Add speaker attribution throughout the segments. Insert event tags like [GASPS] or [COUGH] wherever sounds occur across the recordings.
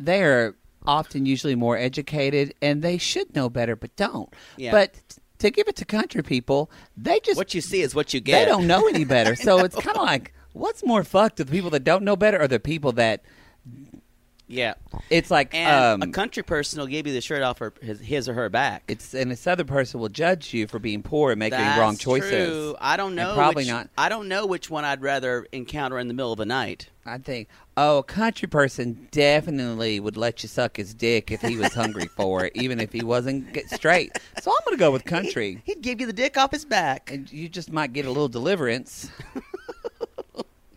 Speaker 1: they are often usually more educated and they should know better, but don't.
Speaker 2: Yeah.
Speaker 1: But t- to give it to country people, they just
Speaker 2: what you see is what you get.
Speaker 1: they don't know
Speaker 2: [LAUGHS]
Speaker 1: any better. so it's kind of like what's more fucked to the people that don't know better or the people that
Speaker 2: Yeah,
Speaker 1: it's like
Speaker 2: and
Speaker 1: um,
Speaker 2: a country person will give you the shirt off her, his, his or her back.
Speaker 1: it's and a Southern person will judge you for being poor and making
Speaker 2: That's
Speaker 1: wrong choices.
Speaker 2: True. I don't
Speaker 1: And
Speaker 2: know.
Speaker 1: probably
Speaker 2: which-
Speaker 1: not.
Speaker 2: I don't know which one I'd rather encounter in the middle of the night.
Speaker 1: I think, oh, a country person definitely would let you suck his dick if he was hungry for it, even if he wasn't get straight. So I'm going to go with country.
Speaker 2: He'd give you the dick off his back.
Speaker 1: And you just might get a little deliverance.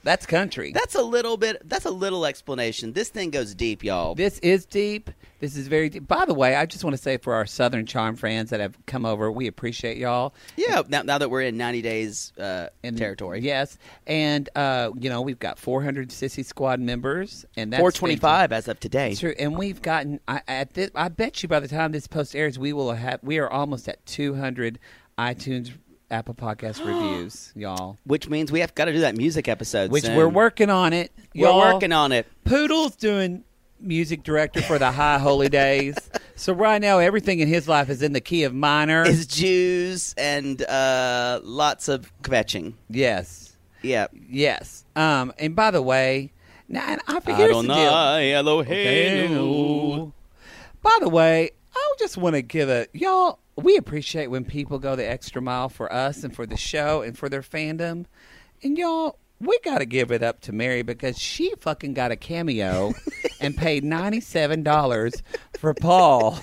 Speaker 1: That's country.
Speaker 2: That's a little bit. That's a little explanation. This thing goes deep, y'all.
Speaker 1: This is deep. This is very deep. By the way, I just want to say for our Southern Charm fans that have come over, we appreciate y'all.
Speaker 2: yeah. Now, now that we're in ninety days uh,
Speaker 1: And-
Speaker 2: territory,
Speaker 1: Yes. And, uh, you know, we've got 400 Sissy Squad members. and that's
Speaker 2: four twenty-five as of today.
Speaker 1: True, and we've gotten. I, at this, I bet you by the time this post airs, we will have. We are almost at 200 iTunes,
Speaker 2: [GASPS]
Speaker 1: Apple Podcast reviews, y'all.
Speaker 2: Which means we have got to do that music episode.
Speaker 1: Which
Speaker 2: soon.
Speaker 1: we're working on it.
Speaker 2: We're
Speaker 1: y'all.
Speaker 2: working on it.
Speaker 1: Poodle's doing music director for the High
Speaker 2: [LAUGHS]
Speaker 1: Holy Days. So right now, everything in his life is in the key of minor.
Speaker 2: It's Jews and uh, lots of kvetching.
Speaker 1: yes,
Speaker 2: Yeah.
Speaker 1: yes. Um, and by the way, now and I here's the deal.
Speaker 2: Adonai Eloheinu.
Speaker 1: By the way, I just want to give a y'all. We appreciate when people go the extra mile for us and for the show and for their fandom. And y'all, we got to give it up to Mary because she fucking got a cameo and paid ninety seven dollars for Paul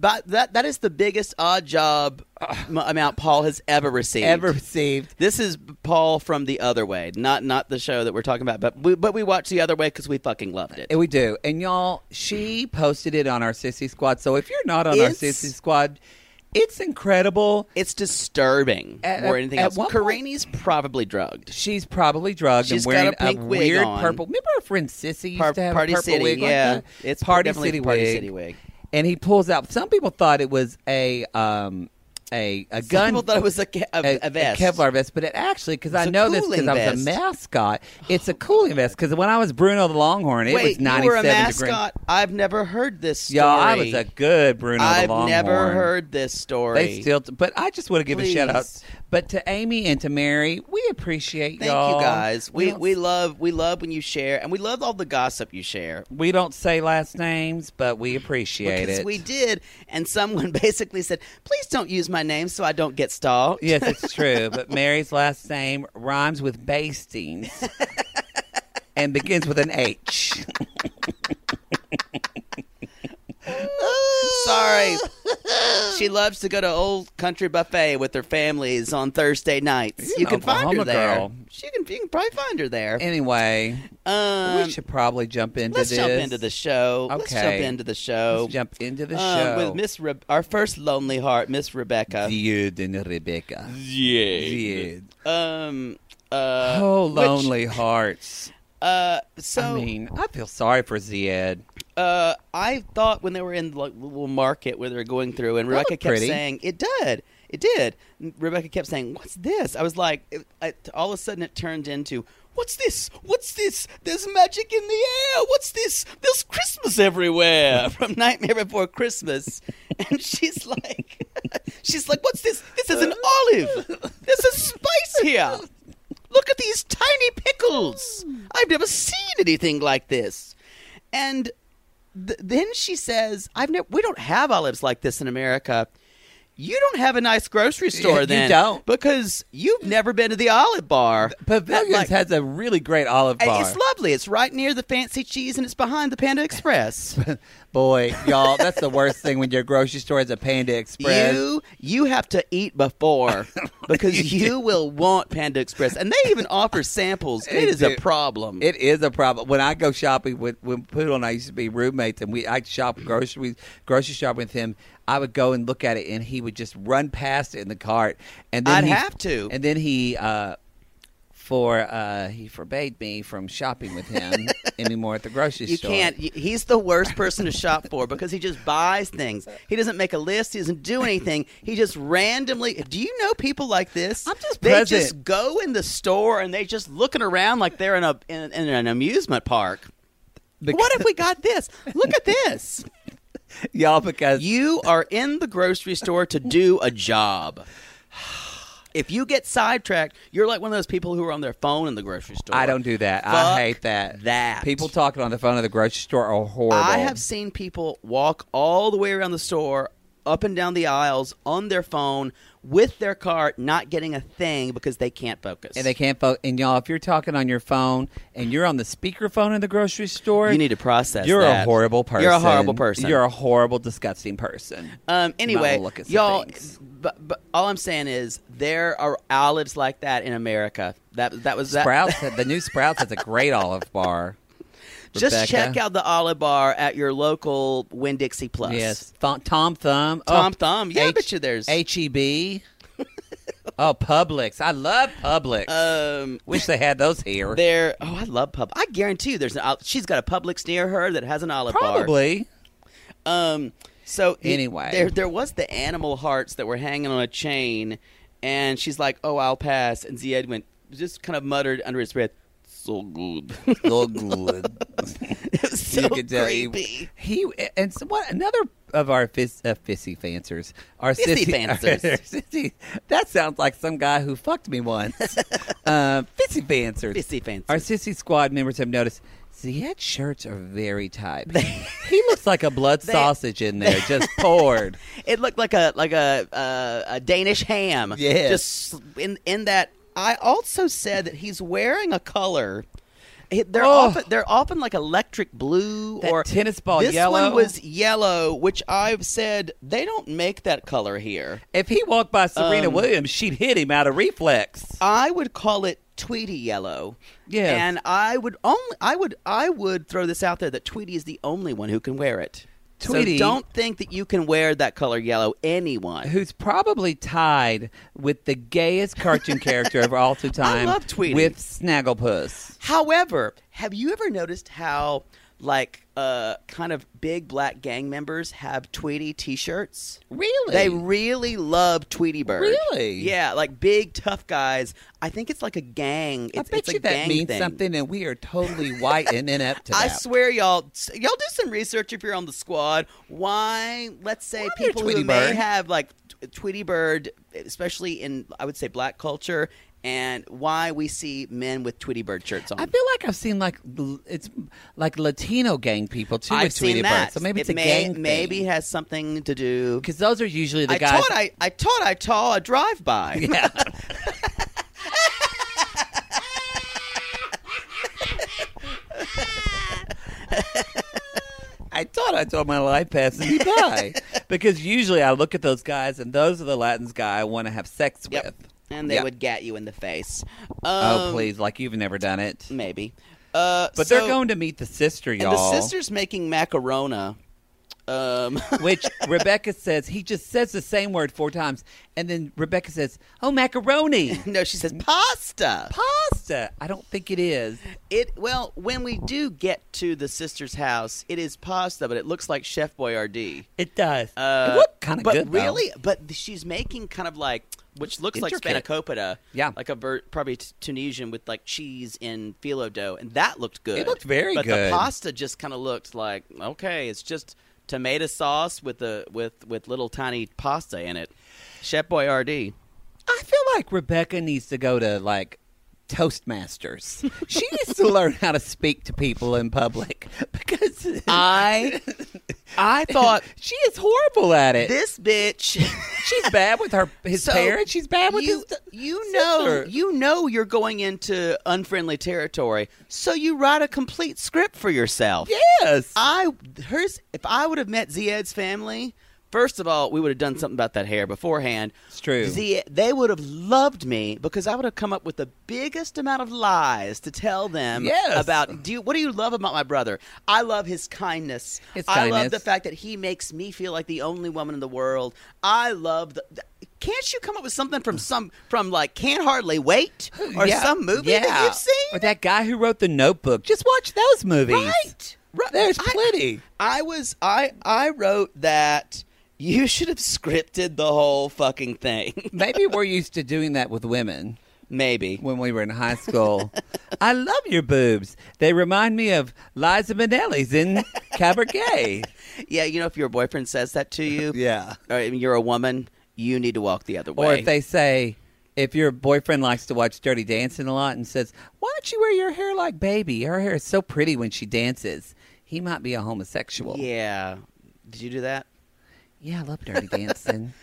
Speaker 2: But that that is the biggest odd job m- amount Paul has ever received.
Speaker 1: Ah. ever received.
Speaker 2: This is Paul from the other way, not not the show that we're talking about, but we, but we watched the other way because we fucking loved it.
Speaker 1: And we do. And y'all, she posted it on our Sissy Squad. So if you're not on
Speaker 2: It's-
Speaker 1: our Sissy Squad, it's incredible.
Speaker 2: It's disturbing
Speaker 1: At-
Speaker 2: more than anything
Speaker 1: at
Speaker 2: else.
Speaker 1: one point-
Speaker 2: Karini's probably drugged.
Speaker 1: She's probably drugged
Speaker 2: She's
Speaker 1: and wearing
Speaker 2: got a pink wig
Speaker 1: weird
Speaker 2: on.
Speaker 1: purple. Remember our friend Sissy used
Speaker 2: Par-
Speaker 1: to have
Speaker 2: Party
Speaker 1: a purple
Speaker 2: City,
Speaker 1: wig like
Speaker 2: yeah.
Speaker 1: that?
Speaker 2: It's
Speaker 1: Party
Speaker 2: definitely
Speaker 1: City
Speaker 2: Party
Speaker 1: wig.
Speaker 2: City wig.
Speaker 1: And he pulls out. Some people thought it was a um a a
Speaker 2: Some
Speaker 1: gun.
Speaker 2: people thought it was a, ke- a, a, vest.
Speaker 1: Kevlar vest, but it actually because I
Speaker 2: It's a
Speaker 1: know this
Speaker 2: cooling
Speaker 1: because I was a
Speaker 2: vest. Oh,
Speaker 1: mascot. It's a cooling vest because when I was Bruno the Longhorn, it
Speaker 2: Wait,
Speaker 1: was ninety
Speaker 2: you were a
Speaker 1: seven degrees.
Speaker 2: mascot. I've never heard this story.
Speaker 1: Y'all, I was a good Bruno
Speaker 2: I've
Speaker 1: the Longhorn.
Speaker 2: never heard this story.
Speaker 1: They still, but I just want to give
Speaker 2: Please.
Speaker 1: a shout out. But to Amy and to Mary, we appreciate
Speaker 2: Thank
Speaker 1: y'all.
Speaker 2: you guys. We
Speaker 1: don't-
Speaker 2: we love we love when you share, and we love all the gossip you share.
Speaker 1: we don't say last names, but we appreciate
Speaker 2: Because
Speaker 1: it.
Speaker 2: we did, and someone [LAUGHS] basically said, "Please don't use my name so I don't get stalked."
Speaker 1: Yes, it's true. But Mary's last name rhymes with Bastings
Speaker 2: [LAUGHS]
Speaker 1: and begins with an H.
Speaker 2: Sorry. she loves to go to old country buffet with her families on Thursday nights.
Speaker 1: You're
Speaker 2: You
Speaker 1: an
Speaker 2: can find her
Speaker 1: Oklahoma
Speaker 2: there.
Speaker 1: girl.
Speaker 2: She can. You can probably find her there.
Speaker 1: Anyway,
Speaker 2: um,
Speaker 1: we should probably jump into
Speaker 2: let's
Speaker 1: this.
Speaker 2: jump into the show. Let's jump
Speaker 1: Okay.
Speaker 2: into the show.
Speaker 1: Let's jump into the
Speaker 2: Um,
Speaker 1: show
Speaker 2: with Miss uh, Re- our first lonely heart, Miss Rebecca.
Speaker 1: Jude and Rebecca. Jude.
Speaker 2: Um. Uh,
Speaker 1: Oh,
Speaker 2: which-
Speaker 1: lonely hearts.
Speaker 2: uh. So.
Speaker 1: I mean, I feel sorry for Zied.
Speaker 2: uh, I thought when they were in like, the little market where they were going through, and Rebecca
Speaker 1: looked
Speaker 2: kept
Speaker 1: pretty.
Speaker 2: saying, "It did, it did." And Rebecca kept saying, "What's this?" I was like, it, I, all of a sudden it turned into, "What's this? What's this? There's magic in the air. What's this? There's Christmas everywhere." [LAUGHS] From Nightmare Before Christmas, [LAUGHS] and she's like, [LAUGHS] "She's like, what's this? This is an olive. There's a spice here." Look at these tiny pickles. I've never seen anything like this. And th- then she says, "I've never. We don't have olives like this in America. You don't have a nice grocery store,
Speaker 1: you
Speaker 2: then,
Speaker 1: don't.
Speaker 2: because you've never been to the olive bar.
Speaker 1: Pavilions
Speaker 2: Like-
Speaker 1: has a really great olive
Speaker 2: And
Speaker 1: bar.
Speaker 2: It's lovely. It's right near the fancy cheese, and it's behind the Panda Express.
Speaker 1: Boy, y'all, that's the worst thing when your grocery store has a Panda [LAUGHS] Express.
Speaker 2: You you have to eat
Speaker 1: [LAUGHS]
Speaker 2: before because you will want Panda Express, and they even offer samples.
Speaker 1: They
Speaker 2: It is a
Speaker 1: do.
Speaker 2: problem.
Speaker 1: It is a problem. When I go shopping with when Poodle and I used to be roommates, and we I'd shop grocery grocery shop with him. I would go and look at it, and he would just run past it in the cart, and then
Speaker 2: I'd
Speaker 1: he-
Speaker 2: have to.
Speaker 1: And then he uh, for uh, he forbade me from shopping
Speaker 2: [LAUGHS]
Speaker 1: with him anymore at the grocery
Speaker 2: You
Speaker 1: store.
Speaker 2: can't. y- He's the worst person to shop for because he just buys things. He doesn't make a list. He doesn't do anything. He just randomly. Do you know people like this?
Speaker 1: I'm just
Speaker 2: They
Speaker 1: present.
Speaker 2: just go in the store and they just looking around like they're in a in, in an amusement park. what if we got this? Look at this.
Speaker 1: y'all because
Speaker 2: You are in the grocery store to do a job. If you get sidetracked, you're like one of those people who are on their phone in the grocery store.
Speaker 1: I don't do that.
Speaker 2: Fuck
Speaker 1: I hate that.
Speaker 2: that.
Speaker 1: people talking on the phone at the grocery store are horrible.
Speaker 2: I have seen people walk all the way around the store, up and down the aisles on their phone with their cart, not getting a thing because they can't focus.
Speaker 1: and they can't vote. And y'all, if you're talking on your phone and you're on the speakerphone in the grocery store,
Speaker 2: You need to process
Speaker 1: You're a
Speaker 2: that.
Speaker 1: horrible person.
Speaker 2: You're a horrible person.
Speaker 1: You're a horrible, disgusting person.
Speaker 2: um, anyway,
Speaker 1: Might look at some
Speaker 2: y'all.
Speaker 1: things.
Speaker 2: But, but all I'm saying is there are olives like that in America. That that was that.
Speaker 1: Sprouts, had- the new Sprouts has a great olive
Speaker 2: [LAUGHS]
Speaker 1: bar.
Speaker 2: just
Speaker 1: Rebecca.
Speaker 2: check out the olive bar at your local Winn Dixie Plus.
Speaker 1: Yes, Th- Tom Thumb.
Speaker 2: Tom
Speaker 1: oh,
Speaker 2: Thumb. Yeah, I
Speaker 1: H-
Speaker 2: bet you there's.
Speaker 1: H-E-B. oh, Publix. I love Publix.
Speaker 2: um,
Speaker 1: Wish they had those here.
Speaker 2: there. Oh, I love pub. I guarantee you, there's an. ol- She's got a Publix near her that has an olive bar.
Speaker 1: Probably.
Speaker 2: Um. So it-
Speaker 1: Anyway.
Speaker 2: there there was the animal hearts that were hanging on a chain, and she's like, "Oh, I'll pass." And Zied went just kind of muttered under his breath, "So
Speaker 1: [LAUGHS]
Speaker 2: good."
Speaker 1: Look good. [LAUGHS]
Speaker 2: it was [LAUGHS] so
Speaker 1: you could tell he-
Speaker 2: creepy.
Speaker 1: He, and so what? Another of our fis, uh, fissy fancers, our
Speaker 2: Fissy
Speaker 1: sissy- [LAUGHS]
Speaker 2: fancers.
Speaker 1: our sissy- that sounds like some guy who fucked
Speaker 2: [LAUGHS]
Speaker 1: me once. uh, fissy fancers.
Speaker 2: Fissy fancers.
Speaker 1: Our sissy squad members have noticed. Ziet's shirts are very tight. [LAUGHS] he looks like
Speaker 2: [LAUGHS]
Speaker 1: a blood sausage in there, just poured.
Speaker 2: It looked like a like a uh, a Danish ham.
Speaker 1: Yes.
Speaker 2: Just in in that. I also said that he's wearing a color. He- They're
Speaker 1: Oh.
Speaker 2: often they're often like electric blue
Speaker 1: That
Speaker 2: or
Speaker 1: tennis ball
Speaker 2: This
Speaker 1: yellow.
Speaker 2: one was yellow, which I've said they don't make that color here.
Speaker 1: If he walked by Serena
Speaker 2: Um, Oh.
Speaker 1: Williams, she'd hit him out of reflex.
Speaker 2: I would call it Tweety yellow.
Speaker 1: Yes.
Speaker 2: And I would only I would I would throw this out there that Tweety is the only one who can wear it. So
Speaker 1: Tweety-
Speaker 2: don't think that you can wear that color yellow anyone.
Speaker 1: who's probably tied with the gayest cartoon character
Speaker 2: [LAUGHS]
Speaker 1: of all two time.
Speaker 2: love Tweety.
Speaker 1: with Snagglepuss.
Speaker 2: However, have you ever noticed how like uh kind of big black gang members have Tweety t-shirts?
Speaker 1: Really?
Speaker 2: They really love Tweety Bird.
Speaker 1: Really?
Speaker 2: Yeah, like big tough guys. I think it's like a gang. It's,
Speaker 1: I bet
Speaker 2: it's a
Speaker 1: you that
Speaker 2: gang
Speaker 1: means
Speaker 2: thing.
Speaker 1: something, and we are totally white
Speaker 2: [LAUGHS]
Speaker 1: and inept to that.
Speaker 2: I swear, y'all, y'all do some research if you're on the squad. Why, let's say,
Speaker 1: they're
Speaker 2: people who
Speaker 1: Tweety
Speaker 2: may
Speaker 1: Bird.
Speaker 2: have like t- Tweety Bird, especially in I would say black culture, and why we see men with Tweety Bird shirts on.
Speaker 1: I feel like I've seen like l- it's like Latino gang people too
Speaker 2: I've
Speaker 1: with
Speaker 2: seen
Speaker 1: Tweety
Speaker 2: that.
Speaker 1: Bird, so maybe
Speaker 2: It
Speaker 1: it's a
Speaker 2: may-
Speaker 1: gang
Speaker 2: Maybe has something to do.
Speaker 1: because those are usually the
Speaker 2: I
Speaker 1: guys.
Speaker 2: taught I, I taught I taught a drive by.
Speaker 1: [LAUGHS] yeah. I thought I told my life passed
Speaker 2: [LAUGHS]
Speaker 1: me by because usually I look at those guys and those are the Latins guy I want to have sex
Speaker 2: [LAUGHS] Yep.
Speaker 1: with.
Speaker 2: And they
Speaker 1: Yep.
Speaker 2: would get you in the face. Um,
Speaker 1: Oh please, like you've never done it.
Speaker 2: Maybe. Uh,
Speaker 1: But
Speaker 2: so-
Speaker 1: they're going to meet the sister,
Speaker 2: And
Speaker 1: y'all.
Speaker 2: the sister's making macarona. Um, [LAUGHS]
Speaker 1: which Rebecca says he just says the same word [LAUGHS] four times, and then Rebecca says, "Oh, macaroni,
Speaker 2: no, she says pasta.
Speaker 1: pasta." pizza. I don't think it is.
Speaker 2: It well, when we do get to the sister's house, it is pasta, but it looks like Chef Boyardee.
Speaker 1: It does.
Speaker 2: Uh,
Speaker 1: it looked kind of
Speaker 2: but
Speaker 1: good. though.
Speaker 2: really, but she's making kind of like which looks like
Speaker 1: Intricate.
Speaker 2: spanakopita,
Speaker 1: Yeah.
Speaker 2: like a ver- probably t- Tunisian with like cheese and phyllo dough, and that looked good.
Speaker 1: looked very
Speaker 2: but
Speaker 1: good.
Speaker 2: the pasta just kind of looked like okay, it's just tomato sauce with the with with little tiny pasta in it. Chef Boyardee.
Speaker 1: I feel like Rebecca needs to go to like [LAUGHS] Toastmasters. she needs to learn how to speak to people in public [LAUGHS] because
Speaker 2: I
Speaker 1: [LAUGHS]
Speaker 2: I thought
Speaker 1: she is horrible at it.
Speaker 2: this bitch.
Speaker 1: [LAUGHS] she's bad with her his
Speaker 2: So,
Speaker 1: parents. She's bad with
Speaker 2: you,
Speaker 1: his.
Speaker 2: you
Speaker 1: sister.
Speaker 2: know you know you're going into unfriendly territory so you write a complete script for yourself
Speaker 1: Yes.
Speaker 2: i hers if i would have met zed's family first of all we would have done something about that hair beforehand
Speaker 1: It's true.
Speaker 2: Ziad- they would have loved me because i would have come up with the biggest amount of lies to tell them
Speaker 1: Yes.
Speaker 2: about do you, what do you love about my brother i love his kindness
Speaker 1: His
Speaker 2: i love
Speaker 1: kindness.
Speaker 2: the fact that he makes me feel like the only woman in the world. I love the. th- Can't you come up with something from some from like Can't Hardly Wait or
Speaker 1: Yeah.
Speaker 2: some movie that
Speaker 1: Yeah.
Speaker 2: you've seen?
Speaker 1: Or that guy who wrote The Notebook. Just watch those movies.
Speaker 2: Right. Right.
Speaker 1: There's
Speaker 2: I-
Speaker 1: plenty.
Speaker 2: I was I I wrote that you [LAUGHS] should have scripted the whole fucking thing. [LAUGHS]
Speaker 1: Maybe we're used to doing that with women.
Speaker 2: Maybe.
Speaker 1: when we were in high
Speaker 2: [LAUGHS]
Speaker 1: school. I love your boobs. They remind me of Liza Minnelli's in
Speaker 2: [LAUGHS]
Speaker 1: Cabaret.
Speaker 2: Yeah, you know if your boyfriend says that to you,
Speaker 1: [LAUGHS] Yeah.
Speaker 2: or if you're a woman, you need to walk the other way.
Speaker 1: Or if they say, if your boyfriend likes to watch Dirty Dancing a lot and says, why don't you wear your hair like baby? Her hair is so pretty when she dances. He might be a homosexual.
Speaker 2: Yeah. Did you do that?
Speaker 1: Yeah, I love Dirty Dancing. [LAUGHS]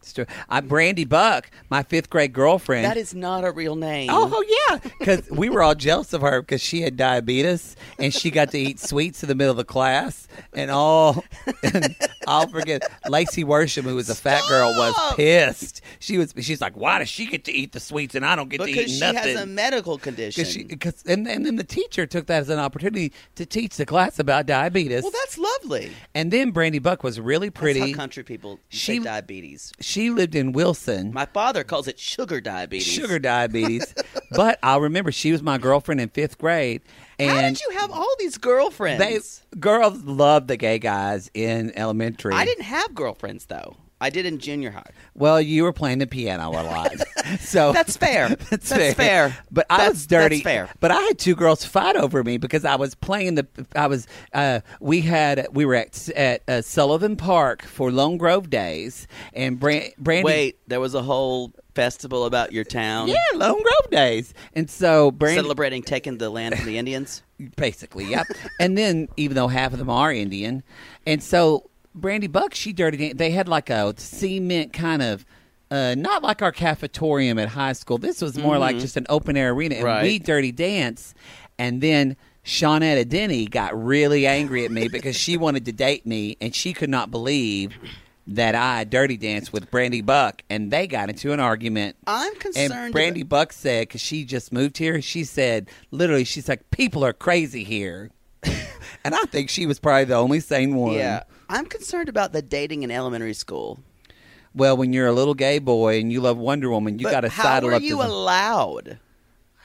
Speaker 1: It's true. I Brandy Buck, my fifth grade girlfriend.
Speaker 2: That is not a real name.
Speaker 1: Oh yeah, because we were all jealous of her because she had diabetes and she got to eat sweets in the middle of the class and all. [LAUGHS] And I'll forget Lacey Worsham, who was a fat girl, was
Speaker 2: Stop!
Speaker 1: pissed. She was. She's like, why does she get to eat the sweets and I don't get to eat
Speaker 2: because she
Speaker 1: nothing?
Speaker 2: has a medical condition.
Speaker 1: because she, because, and, and then the teacher took that as an opportunity to teach the class about diabetes.
Speaker 2: Well, that's lovely.
Speaker 1: and then Brandy Buck was really pretty.
Speaker 2: That's how country people
Speaker 1: She-
Speaker 2: say diabetes.
Speaker 1: she lived in Wilson.
Speaker 2: My father calls it sugar diabetes.
Speaker 1: sugar diabetes. but I remember she was my girlfriend in fifth grade. And
Speaker 2: How did you have all these girlfriends?
Speaker 1: they girls love the gay guys in elementary.
Speaker 2: I didn't have girlfriends though. I did in junior high.
Speaker 1: Well, you were playing the piano a
Speaker 2: [LAUGHS]
Speaker 1: lot, so [LAUGHS]
Speaker 2: That's fair.
Speaker 1: That's,
Speaker 2: Oh. [LAUGHS] That's fair.
Speaker 1: But I
Speaker 2: That's-
Speaker 1: was dirty.
Speaker 2: that's fair.
Speaker 1: But I had two girls fight over me because I was playing the. I was. Uh, we had. We were at at uh, Sullivan Park for Lone Grove Days, and Brand, Brandy.
Speaker 2: Wait, there was a whole festival about your town
Speaker 1: Yeah, Lone Grove Days, and so Brandy.
Speaker 2: celebrating taking the land from the Indians.
Speaker 1: basically. Yep. and then even though half of them are Indian, and so Brandy Buck, she dirty. Dan- They had like a cement kind of. Uh, not like our cafetorium at high school. This was more like just an open air arena, and
Speaker 2: Right.
Speaker 1: we dirty dance. And then Shawnetta Denny got really angry at me because she wanted to date me, and she could not believe that I dirty danced with Brandy Buck, and they got into an argument.
Speaker 2: I'm concerned.
Speaker 1: And Brandy Buck said, because she just moved here, she said, literally, she's like, people are crazy here. [LAUGHS] and I think she was probably the only sane one.
Speaker 2: about- yeah, I'm concerned about the dating in elementary school.
Speaker 1: Well, when you're a little gay boy and you love Wonder Woman, you
Speaker 2: But
Speaker 1: got to
Speaker 2: how
Speaker 1: sidle
Speaker 2: were
Speaker 1: up
Speaker 2: you
Speaker 1: to them.
Speaker 2: allowed?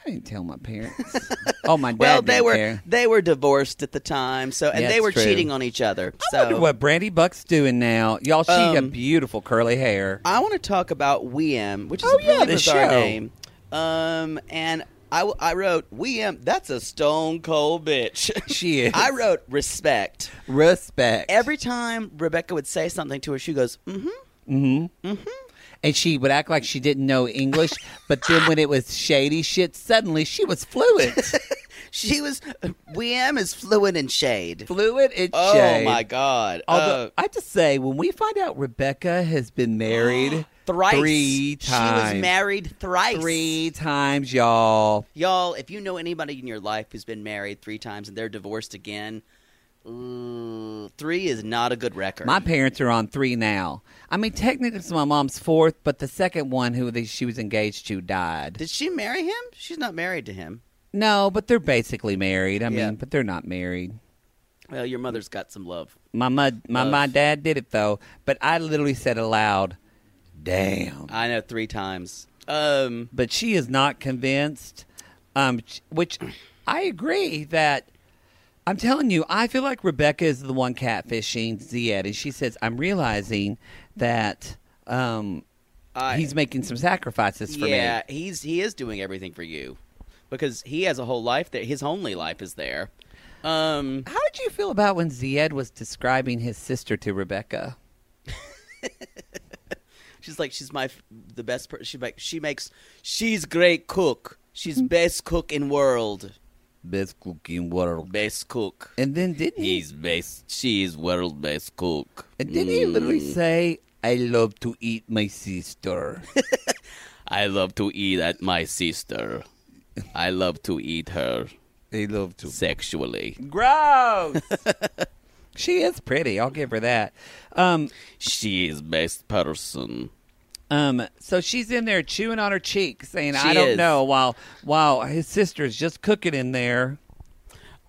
Speaker 1: I didn't tell my parents. [LAUGHS] oh, my dad
Speaker 2: Well, they
Speaker 1: didn't
Speaker 2: were
Speaker 1: care.
Speaker 2: they were divorced at the time, so and
Speaker 1: Yeah,
Speaker 2: they
Speaker 1: it's
Speaker 2: were
Speaker 1: true.
Speaker 2: cheating on each other.
Speaker 1: I wonder
Speaker 2: so
Speaker 1: what Brandy Buck's doing now. Y'all, she
Speaker 2: Um,
Speaker 1: got beautiful curly hair.
Speaker 2: I want to talk about Weem, which is
Speaker 1: Oh,
Speaker 2: a really
Speaker 1: yeah, the
Speaker 2: bizarre
Speaker 1: show.
Speaker 2: name. Um, and I, w- I wrote Weem. That's a stone cold bitch. [LAUGHS]
Speaker 1: She is.
Speaker 2: I wrote respect.
Speaker 1: Respect.
Speaker 2: Every time Rebecca would say something to her, she goes, "Mm-hmm."
Speaker 1: and she would act like she didn't know English, but then when it was shady shit, suddenly she was
Speaker 2: [LAUGHS]
Speaker 1: fluent.
Speaker 2: She was [LAUGHS] Weem is fluent in shade.
Speaker 1: fluent and
Speaker 2: Oh
Speaker 1: shade.
Speaker 2: my god!
Speaker 1: Although
Speaker 2: Uh,
Speaker 1: I have to say, when we find out Rebecca has been married
Speaker 2: [GASPS] thrice
Speaker 1: three times,
Speaker 2: she was married thrice.
Speaker 1: three times, y'all.
Speaker 2: Y'all, if you know anybody in your life who's been married three times and they're divorced again, ooh, three is not a good record.
Speaker 1: My parents are on three now. I mean, technically, it's my mom's fourth, but the second one who they, she was engaged to died.
Speaker 2: Did she marry him? She's not married to him.
Speaker 1: No, but they're basically married. I
Speaker 2: Yeah.
Speaker 1: mean, but they're not married.
Speaker 2: Well, your mother's got some love.
Speaker 1: My mud, my
Speaker 2: Love.
Speaker 1: my dad did it though. But I literally said aloud, "Damn."
Speaker 2: I know three times. Um,
Speaker 1: but she is not convinced. um, ch- which I agree that I'm telling you, I feel like Rebecca is the one catfishing Ziad, and she says, "I'm realizing that um,
Speaker 2: I-
Speaker 1: he's making some sacrifices for
Speaker 2: yeah,
Speaker 1: me."
Speaker 2: he's he is doing everything for you because he has a whole life there. His only life is there. Um,
Speaker 1: How did you feel about when Ziad was describing his sister to Rebecca?
Speaker 2: she's like she's my f- the best. Per- she like she makes she's great cook. She's best cook in world.
Speaker 1: Best cooking world.
Speaker 2: Best cook.
Speaker 1: And then didn't he?
Speaker 2: He's best. She's world best cook.
Speaker 1: And didn't he literally say, "I love to eat my [LAUGHS] sister"?
Speaker 2: I love to eat at my sister. I love to eat her
Speaker 1: I love to
Speaker 2: sexually.
Speaker 1: Gross. [LAUGHS] she is pretty. I'll give her that. Um,
Speaker 2: She is best person.
Speaker 1: um, so she's in there chewing on her cheek, saying, "I
Speaker 2: She
Speaker 1: don't
Speaker 2: is.
Speaker 1: know." While while his sister's just cooking
Speaker 2: [LAUGHS]
Speaker 1: in there.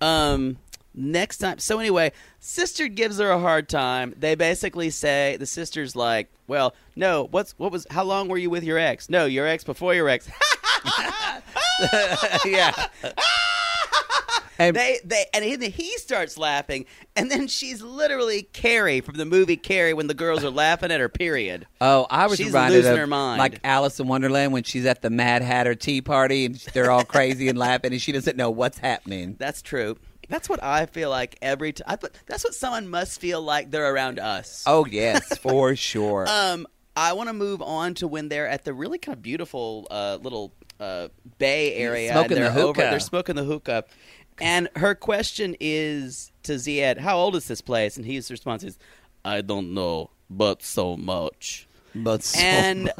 Speaker 2: Um, next time. So anyway, sister gives her a hard time. They basically say the sister's like, "Well, no. What's what was? How long were you with your ex? No, your ex before your ex." [LAUGHS]
Speaker 1: yeah. and
Speaker 2: they they and he, he starts laughing, and then she's literally Carrie from the movie Carrie when the girls are laughing at her. Period.
Speaker 1: oh, I was
Speaker 2: She's
Speaker 1: reminded
Speaker 2: losing
Speaker 1: of
Speaker 2: her mind.
Speaker 1: like Alice in Wonderland when she's at the Mad Hatter tea party and they're all crazy and laughing and she doesn't know
Speaker 2: [LAUGHS]
Speaker 1: what's happening.
Speaker 2: That's true. That's what I feel like every time. That's what someone must feel like they're around us.
Speaker 1: Oh yes, for sure.
Speaker 2: Um, I want to move on to when they're at the really kind of beautiful uh, little uh, bay area.
Speaker 1: Smoking
Speaker 2: and
Speaker 1: the
Speaker 2: they're Over,
Speaker 1: hookah.
Speaker 2: they're smoking the hookah. And her question is to Ziad, how old is this place? And his response is, I don't know, but so much.
Speaker 1: but so
Speaker 2: and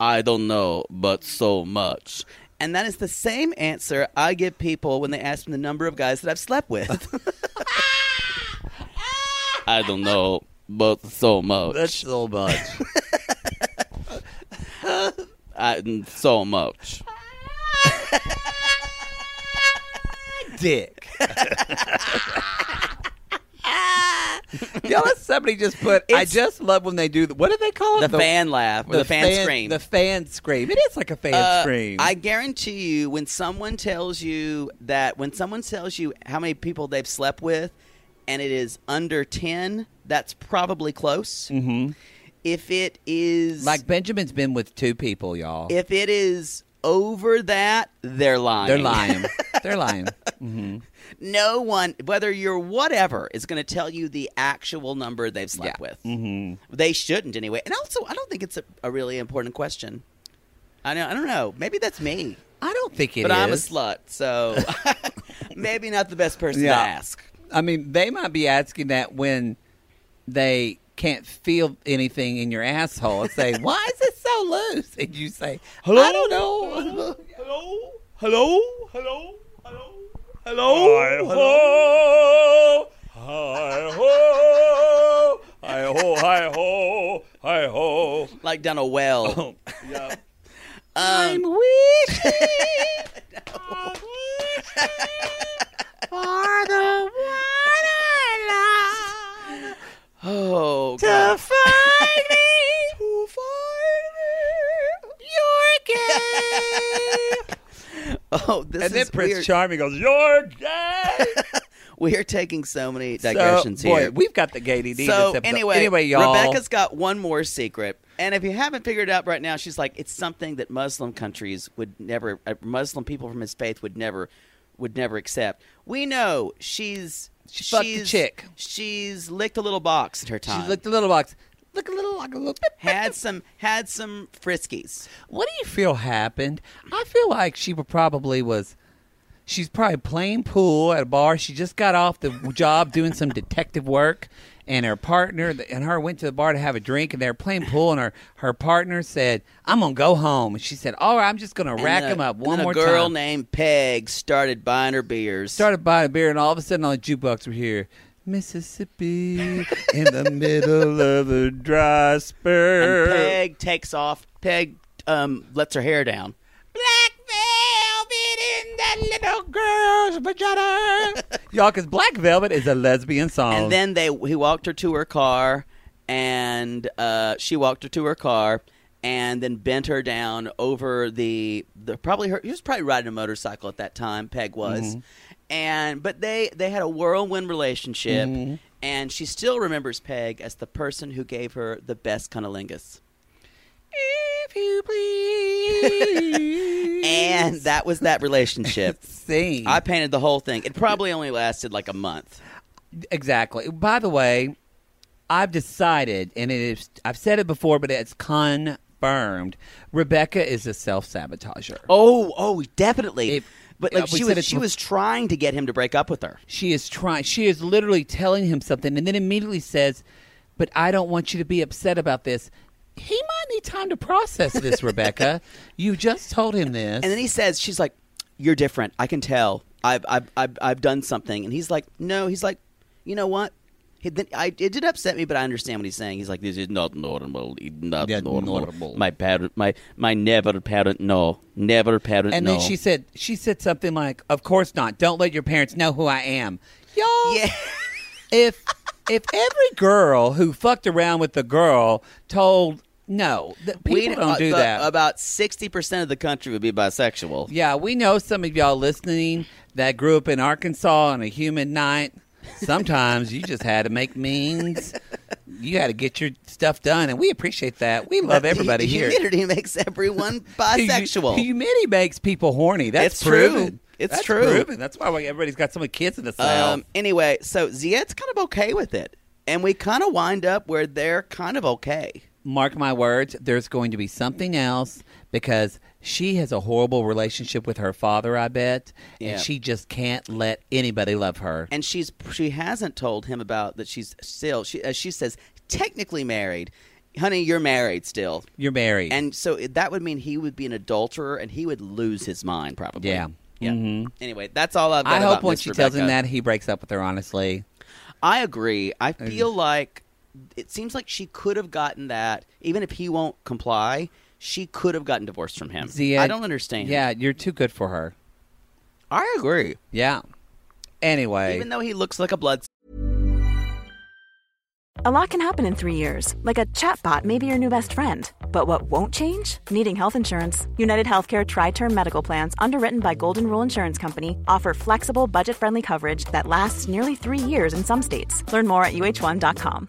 Speaker 2: I don't know, but so much. And that is the same answer I give people when they ask me the number of guys that I've slept
Speaker 1: [LAUGHS]
Speaker 2: with. I don't know, but so much.
Speaker 1: that's so much.
Speaker 2: I, so much.
Speaker 1: dick. [LAUGHS] Y'all, if somebody just put. I just love when they do. The, what do they call it?
Speaker 2: The, fan laugh, or the, fan, scream.
Speaker 1: The fan scream. It is like a fan
Speaker 2: Uh,
Speaker 1: scream.
Speaker 2: I guarantee you, when someone tells you that, when someone tells you how many people they've slept with, and it is under ten, that's probably close. Mm-hmm. If it is
Speaker 1: like Benjamin's been with two people, y'all.
Speaker 2: if it is over that, they're lying.
Speaker 1: They're lying.
Speaker 2: [LAUGHS]
Speaker 1: They're lying. Mhm.
Speaker 2: no one, whether you're whatever, is going to tell you the actual number they've slept with. Mm-hmm. They shouldn't anyway. And also, I don't think it's a, a really important question. I know. I don't know. Maybe that's me,
Speaker 1: I don't think it
Speaker 2: but I'm a
Speaker 1: is.
Speaker 2: slut,
Speaker 1: [LAUGHS]
Speaker 2: so maybe not the best person
Speaker 1: Yeah.
Speaker 2: to ask.
Speaker 1: I mean, they might be asking that when they can't feel anything in your asshole and say, "Why is it so loose?" And you say, "I don't know."
Speaker 2: Hello, hello, hello, hello, hello. Hi ho, hi ho, hi ho, hi ho, hi ho. Like down a
Speaker 1: Oh.
Speaker 2: well.
Speaker 1: [LAUGHS] Um, I'm wishing for the
Speaker 2: Oh, God.
Speaker 1: find me. [LAUGHS] To find me. [LAUGHS] You're gay.
Speaker 2: oh, this
Speaker 1: And then
Speaker 2: is
Speaker 1: Prince
Speaker 2: weird.
Speaker 1: Charming goes, "You're [LAUGHS] gay."
Speaker 2: we are taking so many
Speaker 1: So,
Speaker 2: digressions
Speaker 1: boy,
Speaker 2: here.
Speaker 1: we've got the gay DD.
Speaker 2: so
Speaker 1: this episode.
Speaker 2: anyway,
Speaker 1: anyway, y'all.
Speaker 2: Rebecca's got one more secret, and if you haven't figured it out right now, she's like, it's something that Muslim countries would never, uh, Muslim people from his faith would never, would never accept. We know she's
Speaker 1: She fucked a
Speaker 2: she's-
Speaker 1: chick.
Speaker 2: She's licked a little box in her time.
Speaker 1: she looked a little box. Look a little like a little.
Speaker 2: had some had some friskies.
Speaker 1: What do you feel happened? I feel like she would probably was. She's probably playing pool at a bar. She just got off the job doing some detective work, and her partner th- and her went to the bar to have a drink, and they were playing pool. And her her partner said, "I'm gonna go home," and she said, "All right, I'm just gonna rack
Speaker 2: And then
Speaker 1: them
Speaker 2: a-
Speaker 1: up one
Speaker 2: then
Speaker 1: more
Speaker 2: a girl
Speaker 1: time."
Speaker 2: named Peg started buying her beers.
Speaker 1: Started buying a beer, and all of a sudden, on the jukebox, we hear Mississippi in the middle of a dry spur.
Speaker 2: and Peg takes off. Peg um, lets her hair down.
Speaker 1: Black velvet in that little girl's vagina. [LAUGHS] Y'all, because Black Velvet is a lesbian song.
Speaker 2: And then they he walked her to her car, and uh, she walked her to her car, and then bent her down over the the probably her. She was probably riding a motorcycle at that time. Peg was, and but they they had a whirlwind relationship, and she still remembers Peg as the person who gave her the best cunnilingus.
Speaker 1: If you please.
Speaker 2: [LAUGHS] And that was that relationship.
Speaker 1: [LAUGHS] Sing.
Speaker 2: I painted the whole thing. It probably only lasted like a month.
Speaker 1: Exactly. By the way, I've decided, and it is, I've said it before, but it's confirmed. Rebecca is a self sabotager.
Speaker 2: Oh, oh, definitely.
Speaker 1: If-
Speaker 2: but
Speaker 1: uh,
Speaker 2: like
Speaker 1: we
Speaker 2: she
Speaker 1: said
Speaker 2: was,
Speaker 1: it
Speaker 2: she
Speaker 1: bef-
Speaker 2: was trying to get him to break up with her.
Speaker 1: She is trying. She is literally telling him something, and then immediately says, "But I don't want you to be upset about this." He might need time to process this,
Speaker 2: [LAUGHS]
Speaker 1: Rebecca. you just told him this,
Speaker 2: And then he says, "She's like, you're different. I can tell. I've I've I've, I've done something." And he's like, "No." He's like, "You know what?" He, then, I, it did upset me, but I understand what he's saying. He's like, "This is not normal. It's Not
Speaker 1: Not
Speaker 2: normal.
Speaker 1: normal.
Speaker 2: My parent, my my never parent. No, never parent.
Speaker 1: And
Speaker 2: no. [LAUGHS]
Speaker 1: then she said, "She said something like, of course not. Don't let your parents know who I am, y'all."
Speaker 2: yeah.
Speaker 1: [LAUGHS] if if every girl who fucked around with the girl told no, th- people
Speaker 2: We uh,
Speaker 1: don't do that.
Speaker 2: About sixty percent of the country would be bisexual.
Speaker 1: yeah, we know some of y'all listening that grew up in Arkansas on a humid night. Sometimes you just had to make means. You had to get your stuff done, and we appreciate that.
Speaker 2: [LAUGHS]
Speaker 1: We love everybody here.
Speaker 2: Humidity makes
Speaker 1: [LAUGHS]
Speaker 2: everyone bisexual.
Speaker 1: Hu- Humidity makes people horny. That's
Speaker 2: It's true.
Speaker 1: proven.
Speaker 2: It's
Speaker 1: That's
Speaker 2: true.
Speaker 1: Proven. That's why everybody's got so many kids in the south.
Speaker 2: Um, anyway, so Ziet's kind of okay with it, and we kind of wind up where they're kind of okay.
Speaker 1: mark my words, there's going to be something else because she has a horrible relationship with her father, I bet,
Speaker 2: Yeah.
Speaker 1: and she just can't let anybody love her.
Speaker 2: And she's she hasn't told him about that she's still she as she says technically married. Honey, you're married still,
Speaker 1: You're married.
Speaker 2: and so it- that would mean he would be an adulterer and he would lose his mind probably.
Speaker 1: Yeah. Mm-hmm.
Speaker 2: Yeah. Anyway, that's all I've got.
Speaker 1: I
Speaker 2: about
Speaker 1: hope when
Speaker 2: Miss
Speaker 1: she tells him
Speaker 2: Rebecca.
Speaker 1: that he breaks up with her. Honestly,
Speaker 2: I agree. I feel like it seems like she could have gotten that, even if he won't comply. She could have gotten divorced from him.
Speaker 1: Zia,
Speaker 2: Um, I don't understand.
Speaker 1: Yeah, you're too good for her.
Speaker 2: I agree.
Speaker 1: Yeah. Anyway,
Speaker 2: Even though he looks like a blood
Speaker 3: A lot can happen in three years, like a chatbot may be your new best friend. But what won't change? Needing health insurance. United Healthcare Tri Term Medical Plans, underwritten by Golden Rule Insurance Company, offer flexible, budget friendly coverage that lasts nearly three years in some states. Learn more at uh1.com.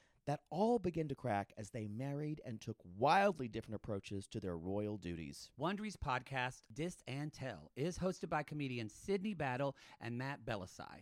Speaker 4: that all began to crack as they married and took wildly different approaches to their royal duties.
Speaker 5: Wondery's podcast, Dis and Tell, is hosted by comedians Sydney Battle and Matt Belisai.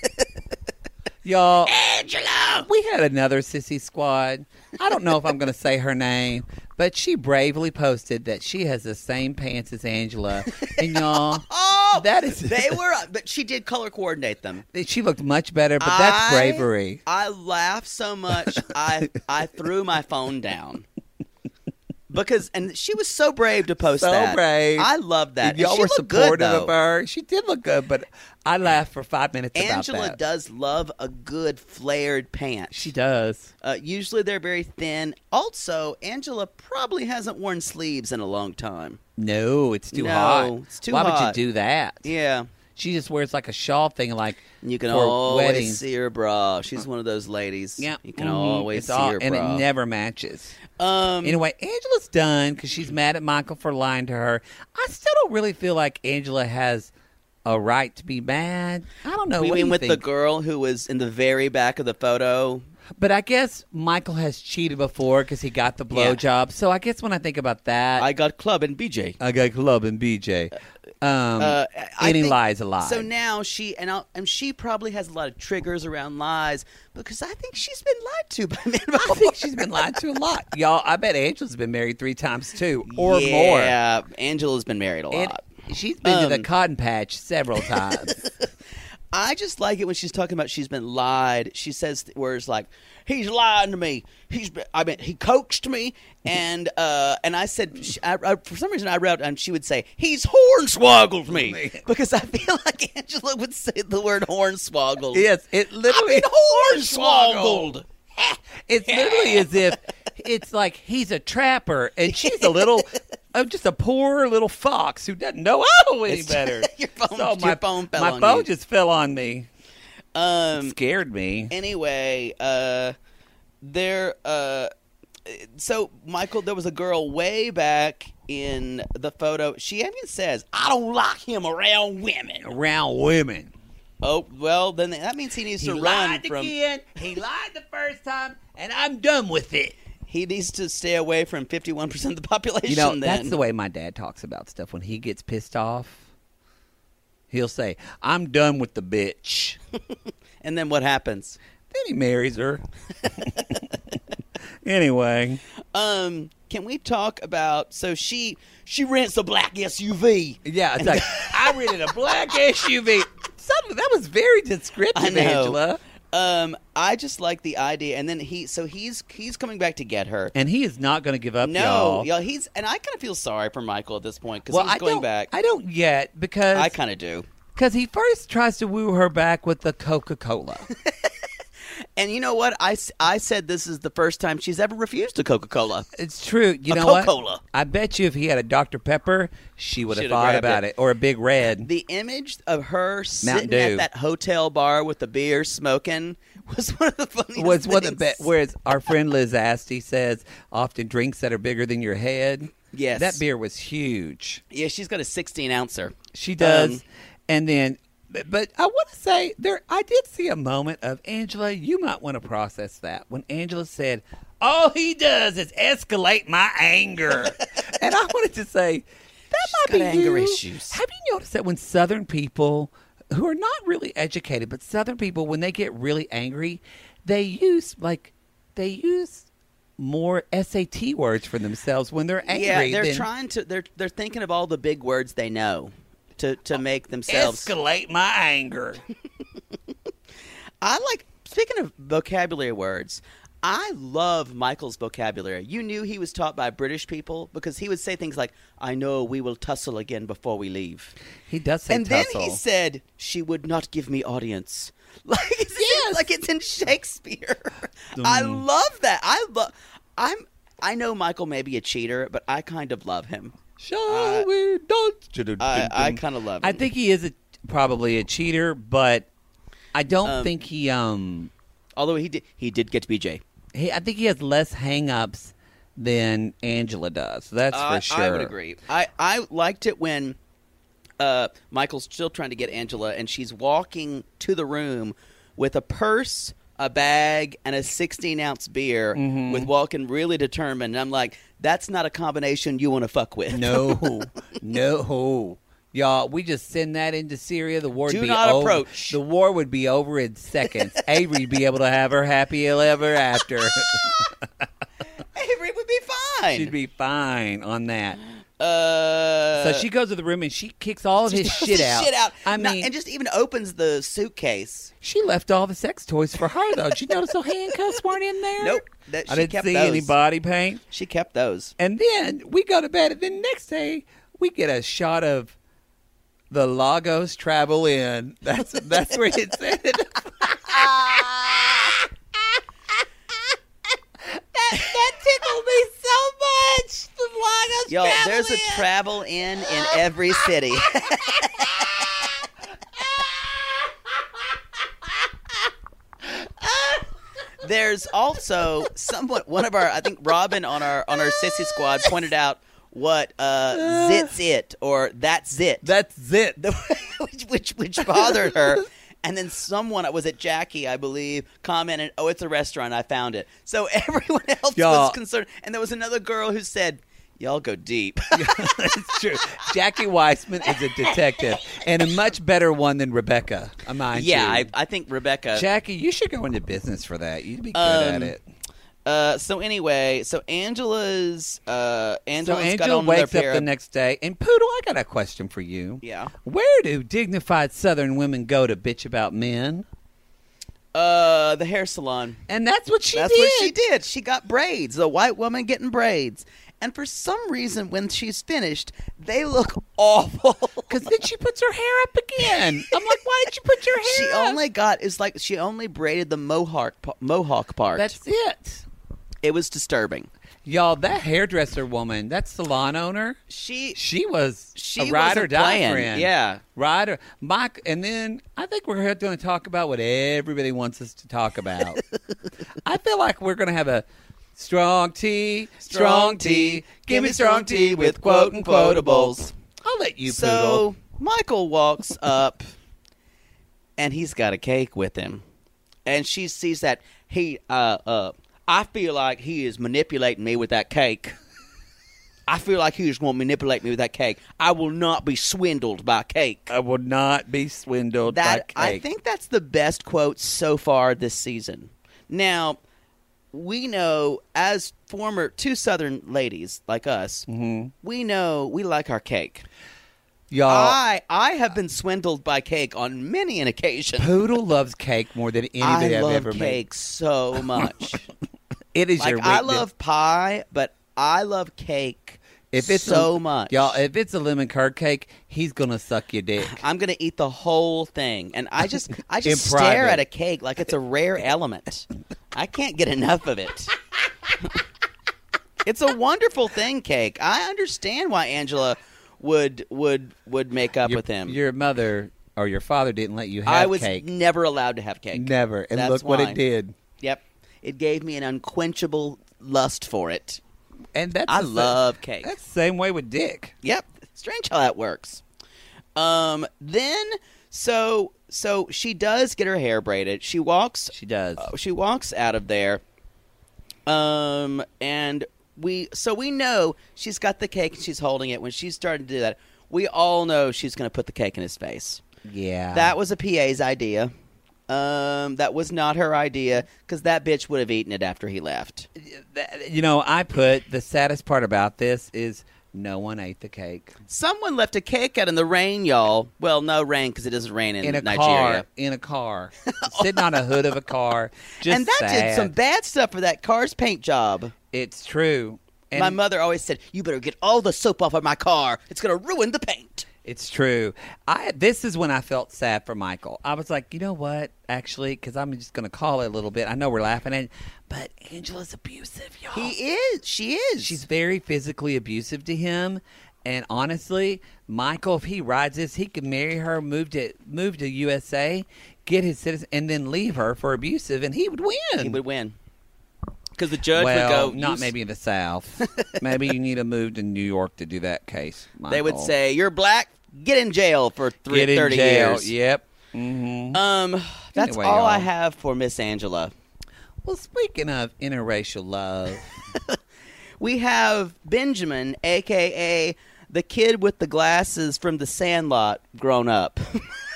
Speaker 1: Y'all,
Speaker 2: Angela.
Speaker 1: we had another sissy squad. I don't know if I'm going to say her name, but she bravely posted that she has the same pants as Angela. And y'all,
Speaker 2: [LAUGHS] Oh,
Speaker 1: that is [LAUGHS]
Speaker 2: they were, but she did color coordinate them.
Speaker 1: She looked much better, but that's
Speaker 2: I-
Speaker 1: bravery.
Speaker 2: I laughed so much I I threw my phone down. Because and she was so brave to post
Speaker 1: So
Speaker 2: that.
Speaker 1: brave.
Speaker 2: I love that. And
Speaker 1: Y'all
Speaker 2: she
Speaker 1: were
Speaker 2: looked good,
Speaker 1: supportive of
Speaker 2: though.
Speaker 1: her. She did look good, but I laughed for five minutes about
Speaker 2: Angela
Speaker 1: that.
Speaker 2: does love a good flared pant.
Speaker 1: She does.
Speaker 2: Uh, usually they're very thin. Also, Angela probably hasn't worn sleeves in a long time.
Speaker 1: No, it's too
Speaker 2: No,
Speaker 1: hot.
Speaker 2: it's too
Speaker 1: Why
Speaker 2: hot.
Speaker 1: would you do that?
Speaker 2: Yeah.
Speaker 1: She just wears like a shawl thing, like
Speaker 2: And you can
Speaker 1: for
Speaker 2: always
Speaker 1: weddings. Uh,
Speaker 2: see her bra. She's one of those ladies.
Speaker 1: Yeah,
Speaker 2: You can
Speaker 1: mhm.
Speaker 2: always
Speaker 1: It's
Speaker 2: see
Speaker 1: all-
Speaker 2: her bra.
Speaker 1: and it never matches.
Speaker 2: um,
Speaker 1: Anyway, Angela's done because she's mad at Michael for lying to her. I still don't really feel like Angela has a right to be mad. I don't know.
Speaker 2: we
Speaker 1: what do
Speaker 2: mean
Speaker 1: you
Speaker 2: with the
Speaker 1: think?
Speaker 2: girl who was in the very back of the photo.
Speaker 1: But I guess Michael has cheated before because he got the
Speaker 2: Yeah.
Speaker 1: blowjob. So I guess when I think about that,
Speaker 2: I got club and BJ.
Speaker 1: I got club and BJ. Um,
Speaker 2: Uh, I
Speaker 1: any
Speaker 2: think-
Speaker 1: lie is a lie.
Speaker 2: So now she and I'll, and she probably has a lot of triggers around lies because I think she's been lied to by [LAUGHS] men.
Speaker 1: I think she's been lied to a lot, y'all. I bet Angela's been married three times too, or more.
Speaker 2: Yeah, Angela's been married a lot. Um,
Speaker 1: And she's been to the cotton patch several times.
Speaker 2: [LAUGHS] I just like it when she's talking about she's been lied. She says th- words like, "He's lying to me. He's been, I mean, he coaxed me," and uh, and I said, she, I, I, for some reason, I wrote, and she would say, "He's hornswoggled [LAUGHS] me," because I feel like Angela would say the word hornswoggled.
Speaker 1: yes, it
Speaker 2: I
Speaker 1: literally.
Speaker 2: mean hornswoggled.
Speaker 1: [LAUGHS] It's literally as if it's like he's a trapper and she's
Speaker 2: [LAUGHS]
Speaker 1: a little, uh, just a poor little fox who doesn't know
Speaker 2: [LAUGHS]
Speaker 1: oh any better.
Speaker 2: Your phone-
Speaker 1: so
Speaker 2: your
Speaker 1: my
Speaker 2: phone fell
Speaker 1: my
Speaker 2: on
Speaker 1: phone
Speaker 2: you.
Speaker 1: just fell on me.
Speaker 2: Um,
Speaker 1: Scared me.
Speaker 2: anyway, uh, there. Uh, so Michael, there was a girl way back in the photo. She even says, "I don't like him around women."
Speaker 1: Around women.
Speaker 2: Oh well, then that means he needs to run from.
Speaker 1: again. He lied the first time, and I'm done with it.
Speaker 2: He needs to stay away from fifty-one percent of the population.
Speaker 1: You know,
Speaker 2: then.
Speaker 1: that's the way my dad talks about stuff. When he gets pissed off, he'll say, "I'm done with
Speaker 2: [LAUGHS]
Speaker 1: the bitch."
Speaker 2: And then what happens?
Speaker 1: then he marries her. [LAUGHS] anyway,
Speaker 2: Um, can we talk about? So she she rents a black SUV.
Speaker 1: yeah, it's [LAUGHS] like I rented a black SUV. Suddenly, that was very descriptive,
Speaker 2: I know.
Speaker 1: Angela.
Speaker 2: Um, I just like the idea. And then he, so he's he's coming back to get her.
Speaker 1: And he is not going to give up.
Speaker 2: No,
Speaker 1: y'all.
Speaker 2: y'all, he's and I kind of feel sorry for Michael at this point because
Speaker 1: Well,
Speaker 2: he's
Speaker 1: I
Speaker 2: going
Speaker 1: don't,
Speaker 2: back.
Speaker 1: I don't yet because
Speaker 2: I kind of do,
Speaker 1: because he first tries to woo her back with the Coca Cola.
Speaker 2: And you know what? I, s- I said this is the first time she's ever refused a Coca Cola.
Speaker 1: It's true. You
Speaker 2: A
Speaker 1: know what?
Speaker 2: Coca-Cola.
Speaker 1: I bet you if he had a Dr. Pepper, she would have
Speaker 2: Should've
Speaker 1: thought
Speaker 2: grabbed
Speaker 1: about it.
Speaker 2: it.
Speaker 1: or a Big Red.
Speaker 2: The image of her sitting
Speaker 1: Mountain Dew.
Speaker 2: at that hotel bar with the beer smoking [LAUGHS] was one of the funniest.
Speaker 1: was one of the
Speaker 2: things.
Speaker 1: best. Whereas our friend Liz Asti says, often drinks that are bigger than your head.
Speaker 2: Yes.
Speaker 1: That beer was huge.
Speaker 2: Yeah, she's got a 16 ouncer.
Speaker 1: She does.
Speaker 2: Um,
Speaker 1: and then, but, but I want to say there, I did see a moment of Angela. You might want to process that when Angela said, "All he does is escalate my
Speaker 2: [LAUGHS]
Speaker 1: anger," and I wanted to say that
Speaker 2: got
Speaker 1: might be
Speaker 2: anger
Speaker 1: you.
Speaker 2: issues.
Speaker 1: Have you noticed that when Southern people who are not really educated, but Southern people, when they get really angry, they use like they use more SAT words for themselves when they're angry.
Speaker 2: Yeah, they're
Speaker 1: than-
Speaker 2: trying to. They're they're thinking of all the big words they know to to make themselves.
Speaker 1: escalate my
Speaker 2: [LAUGHS]
Speaker 1: anger.
Speaker 2: I like speaking of vocabulary words. I love Michael's vocabulary. You knew he was taught by British people because he would say things like, "I know we will tussle again before we leave,"
Speaker 1: He does say
Speaker 2: and
Speaker 1: tussle.
Speaker 2: then he said, "She would not give me audience." [LAUGHS] Like it's, like it's in [LAUGHS] Shakespeare. I love that. I love. I'm. I know Michael may be a cheater, but I kind of love him.
Speaker 1: Shall we dance?
Speaker 2: I, I kind of love. Him.
Speaker 1: I think he is a, probably a cheater, but I don't think he um
Speaker 2: although he did he did get BJ.
Speaker 1: he, I think he has less hang-ups than Angela does. That's
Speaker 2: I,
Speaker 1: for sure.
Speaker 2: Uh, I would agree. I, I liked it when uh, Michael's still trying to get Angela, and she's walking to the room with a purse, a bag, and a 16 ounce beer, with walking really determined. And I'm like, that's not a combination you want to fuck with. [LAUGHS]
Speaker 1: No, no, y'all. We just send that into Syria. The war would
Speaker 2: Do
Speaker 1: be
Speaker 2: not
Speaker 1: over.
Speaker 2: approach.
Speaker 1: The war would be over in seconds. Avery'd be able to have her happy ever after. [LAUGHS]
Speaker 2: [LAUGHS] Avery would be fine.
Speaker 1: She'd be fine on that.
Speaker 2: Uh, [LAUGHS]
Speaker 1: so she goes to the room and she kicks all of his shit
Speaker 2: His
Speaker 1: out.
Speaker 2: Shit out.
Speaker 1: I
Speaker 2: Not-
Speaker 1: mean,
Speaker 2: and just even opens the suitcase.
Speaker 1: She left all the sex toys for her though. Did you notice her handcuffs weren't in there?
Speaker 2: Nope. That, she
Speaker 1: I didn't
Speaker 2: kept
Speaker 1: see
Speaker 2: those.
Speaker 1: any body paint.
Speaker 2: She kept those.
Speaker 1: And then we go to bed, and then next day we get a shot of the Lagos Travel Inn. [LAUGHS] That's that's where it
Speaker 2: [LAUGHS]
Speaker 1: said. that that tickled me so much. The Lagos
Speaker 2: Yo,
Speaker 1: Travel
Speaker 2: there's a
Speaker 1: Inn.
Speaker 2: travel inn
Speaker 1: [LAUGHS]
Speaker 2: in every city. [LAUGHS] there's also somewhat one of our I think Robin on our on our sissy squad pointed out what
Speaker 1: [LAUGHS]
Speaker 2: uh zits it or that's it
Speaker 1: That's it.
Speaker 2: [LAUGHS] which, which which bothered her. And then someone was it Jackie, I believe, commented, "Oh, it's a restaurant. I found it." So [LAUGHS] everyone else
Speaker 1: Y'all-
Speaker 2: was concerned. And there was another girl who said, "Y'all go deep."
Speaker 1: [LAUGHS] That's true. Jackie Weissman is a detective and a much better one than Rebecca. I
Speaker 2: [LAUGHS]
Speaker 1: mind
Speaker 2: yeah,
Speaker 1: you.
Speaker 2: I, I think Rebecca.
Speaker 1: Jackie, you should go into business for that. You'd be good at
Speaker 2: Um,
Speaker 1: it.
Speaker 2: uh, so anyway, so Angela's uh,
Speaker 1: So
Speaker 2: Angela's got
Speaker 1: Angela
Speaker 2: on another
Speaker 1: wakes up
Speaker 2: pair
Speaker 1: the
Speaker 2: of-
Speaker 1: next day, and Poodle, I got a question for you.
Speaker 2: Yeah.
Speaker 1: Where do dignified Southern women go to bitch about men?
Speaker 2: uh, the hair salon.
Speaker 1: And that's what she
Speaker 2: That's
Speaker 1: did.
Speaker 2: what she did. She got braids. The white woman getting braids. And for some reason, when she's finished, they look [LAUGHS] awful.
Speaker 1: Because then she puts her hair up again. I'm like, why did you put your hair
Speaker 2: she
Speaker 1: up?
Speaker 2: only got is like she only braided the mohawk pa- mohawk part.
Speaker 1: That's it.
Speaker 2: it was disturbing.
Speaker 1: Y'all, that hairdresser woman, that salon owner,
Speaker 2: She
Speaker 1: she was
Speaker 2: She
Speaker 1: a ride or
Speaker 2: wasn't
Speaker 1: die
Speaker 2: playing,
Speaker 1: friend.
Speaker 2: yeah.
Speaker 1: Ride or Mike. And then I think we're going to talk about what everybody wants us to
Speaker 2: [LAUGHS]
Speaker 1: talk about. I feel like we're going to have a strong tea, strong tea, give me strong tea with quote and quotables. I'll let you
Speaker 2: so Michael walks up, and he's got a cake with him, and she sees that he uh uh I feel like he is manipulating me with that cake. I feel like he is going to manipulate me with that cake. I will not be swindled by cake.
Speaker 1: poodle. I will not be swindled
Speaker 2: That
Speaker 1: by
Speaker 2: I
Speaker 1: cake.
Speaker 2: think that's the best quote so far this season. Now, we know as former two Southern ladies like us,
Speaker 1: Mm-hmm.
Speaker 2: we know we like our cake.
Speaker 1: y'all.
Speaker 2: I I have been swindled by cake on many an occasion.
Speaker 1: Poodle loves cake more than
Speaker 2: I
Speaker 1: anybody have
Speaker 2: love
Speaker 1: ever
Speaker 2: cake
Speaker 1: made. [LAUGHS]
Speaker 2: so much.
Speaker 1: It is
Speaker 2: like
Speaker 1: your
Speaker 2: I
Speaker 1: weakness.
Speaker 2: love pie, but I love cake
Speaker 1: If it's
Speaker 2: so
Speaker 1: a,
Speaker 2: much.
Speaker 1: y'all, if it's a lemon curd cake, he's gonna suck your dick.
Speaker 2: I'm gonna eat the whole thing, and I just I just
Speaker 1: [LAUGHS] In
Speaker 2: stare
Speaker 1: private.
Speaker 2: at a cake like it's a rare element. I can't get enough of it. it's a wonderful thing, cake. I understand why Angela would would would make up
Speaker 1: your,
Speaker 2: with him.
Speaker 1: Your mother or your father didn't let you have
Speaker 2: I was
Speaker 1: cake.
Speaker 2: never allowed to have cake.
Speaker 1: Never. And
Speaker 2: That's
Speaker 1: look what
Speaker 2: why.
Speaker 1: it did.
Speaker 2: Yep, it gave me an unquenchable lust for it.
Speaker 1: And that's
Speaker 2: I
Speaker 1: the sa-
Speaker 2: love cake.
Speaker 1: That's the same way with dick.
Speaker 2: Yep. Strange how that works. Um, then so so she does get her hair braided. She walks
Speaker 1: She does.
Speaker 2: uh, she walks out of there. Um, and we so we know she's got the cake and she's holding it. When she's starting to do that, we all know she's going to put the cake in his face.
Speaker 1: yeah.
Speaker 2: That was a PA's idea. Um, that was not her idea because that bitch would have eaten it after he left.
Speaker 1: Th- you know, I put the saddest part about this is no one ate the cake.
Speaker 2: Someone left a cake out in the rain, y'all. Well, no rain because it doesn't rain in,
Speaker 1: In a
Speaker 2: Nigeria.
Speaker 1: car. In
Speaker 2: [LAUGHS]
Speaker 1: a car. sitting on a hood of a car. Just
Speaker 2: and that did
Speaker 1: sad.
Speaker 2: some bad stuff for that car's paint job.
Speaker 1: It's true. And
Speaker 2: my mother always said, "You better get all the soap off of my car. It's going to ruin the paint."
Speaker 1: It's true. I this is when I felt sad for Michael. I was like, you know what? Actually, because I'm just going to call it a little bit. I know we're laughing at, but Angela's abusive, y'all.
Speaker 2: He is. She is.
Speaker 1: She's very physically abusive to him. And honestly, Michael, if he rides this, he could marry her, move to move to USA, get his citizen, and then leave her for abusive, and he would win.
Speaker 2: he would win because the judge
Speaker 1: well,
Speaker 2: would go. "You
Speaker 1: not
Speaker 2: s-
Speaker 1: maybe in
Speaker 2: [LAUGHS]
Speaker 1: the South. maybe you need to move to New York to do that case. Michael.
Speaker 2: They would say, "You're black. Get in jail for three,
Speaker 1: get in
Speaker 2: 30
Speaker 1: jail.
Speaker 2: years."
Speaker 1: Yep. hmm
Speaker 2: Um, that's
Speaker 1: Anyway,
Speaker 2: all I
Speaker 1: y'all.
Speaker 2: have for Miss Angela.
Speaker 1: Well, speaking of interracial love,
Speaker 2: We have Benjamin, aka the kid with the glasses from The Sandlot, grown up. [LAUGHS]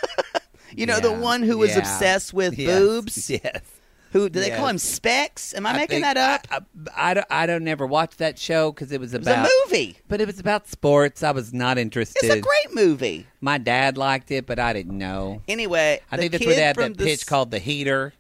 Speaker 2: you know the
Speaker 1: Yeah.
Speaker 2: one who was
Speaker 1: Yeah.
Speaker 2: obsessed with
Speaker 1: Yes.
Speaker 2: boobs.
Speaker 1: [LAUGHS] yes.
Speaker 2: Who do they call
Speaker 1: Yes.
Speaker 2: him? Specs? Am I,
Speaker 1: I
Speaker 2: making
Speaker 1: think-
Speaker 2: that up?
Speaker 1: I, I, I don't, I don't never watch that show because it was
Speaker 2: It was
Speaker 1: about
Speaker 2: a movie.
Speaker 1: But it was about sports. I was not interested.
Speaker 2: It's a great movie.
Speaker 1: My dad liked it, but I didn't know.
Speaker 2: Anyway,
Speaker 1: I
Speaker 2: the
Speaker 1: think that's
Speaker 2: kid
Speaker 1: where they had
Speaker 2: from
Speaker 1: that
Speaker 2: the
Speaker 1: pitch
Speaker 2: s-
Speaker 1: called the heater.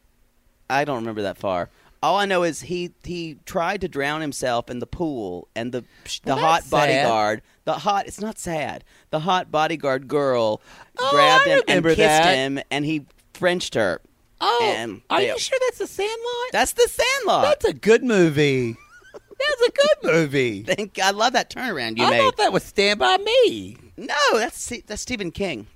Speaker 2: I don't remember that far. All I know is he he tried to drown himself in the pool, and the the
Speaker 1: Well,
Speaker 2: hot
Speaker 1: that's sad.
Speaker 2: bodyguard, the hot it's not sad. The hot bodyguard girl
Speaker 1: Oh,
Speaker 2: grabbed
Speaker 1: I
Speaker 2: him and
Speaker 1: remember
Speaker 2: kissed
Speaker 1: that.
Speaker 2: him, and he Frenched her.
Speaker 1: Oh,
Speaker 2: And
Speaker 1: are
Speaker 2: they-
Speaker 1: you sure that's a Sandlot?
Speaker 2: That's the Sandlot.
Speaker 1: That's a good movie. that's a good
Speaker 2: [LAUGHS]
Speaker 1: movie.
Speaker 2: Thank I love that turnaround you
Speaker 1: I
Speaker 2: made.
Speaker 1: thought that was Stand by Me.
Speaker 2: no, that's Se- that's Stephen King.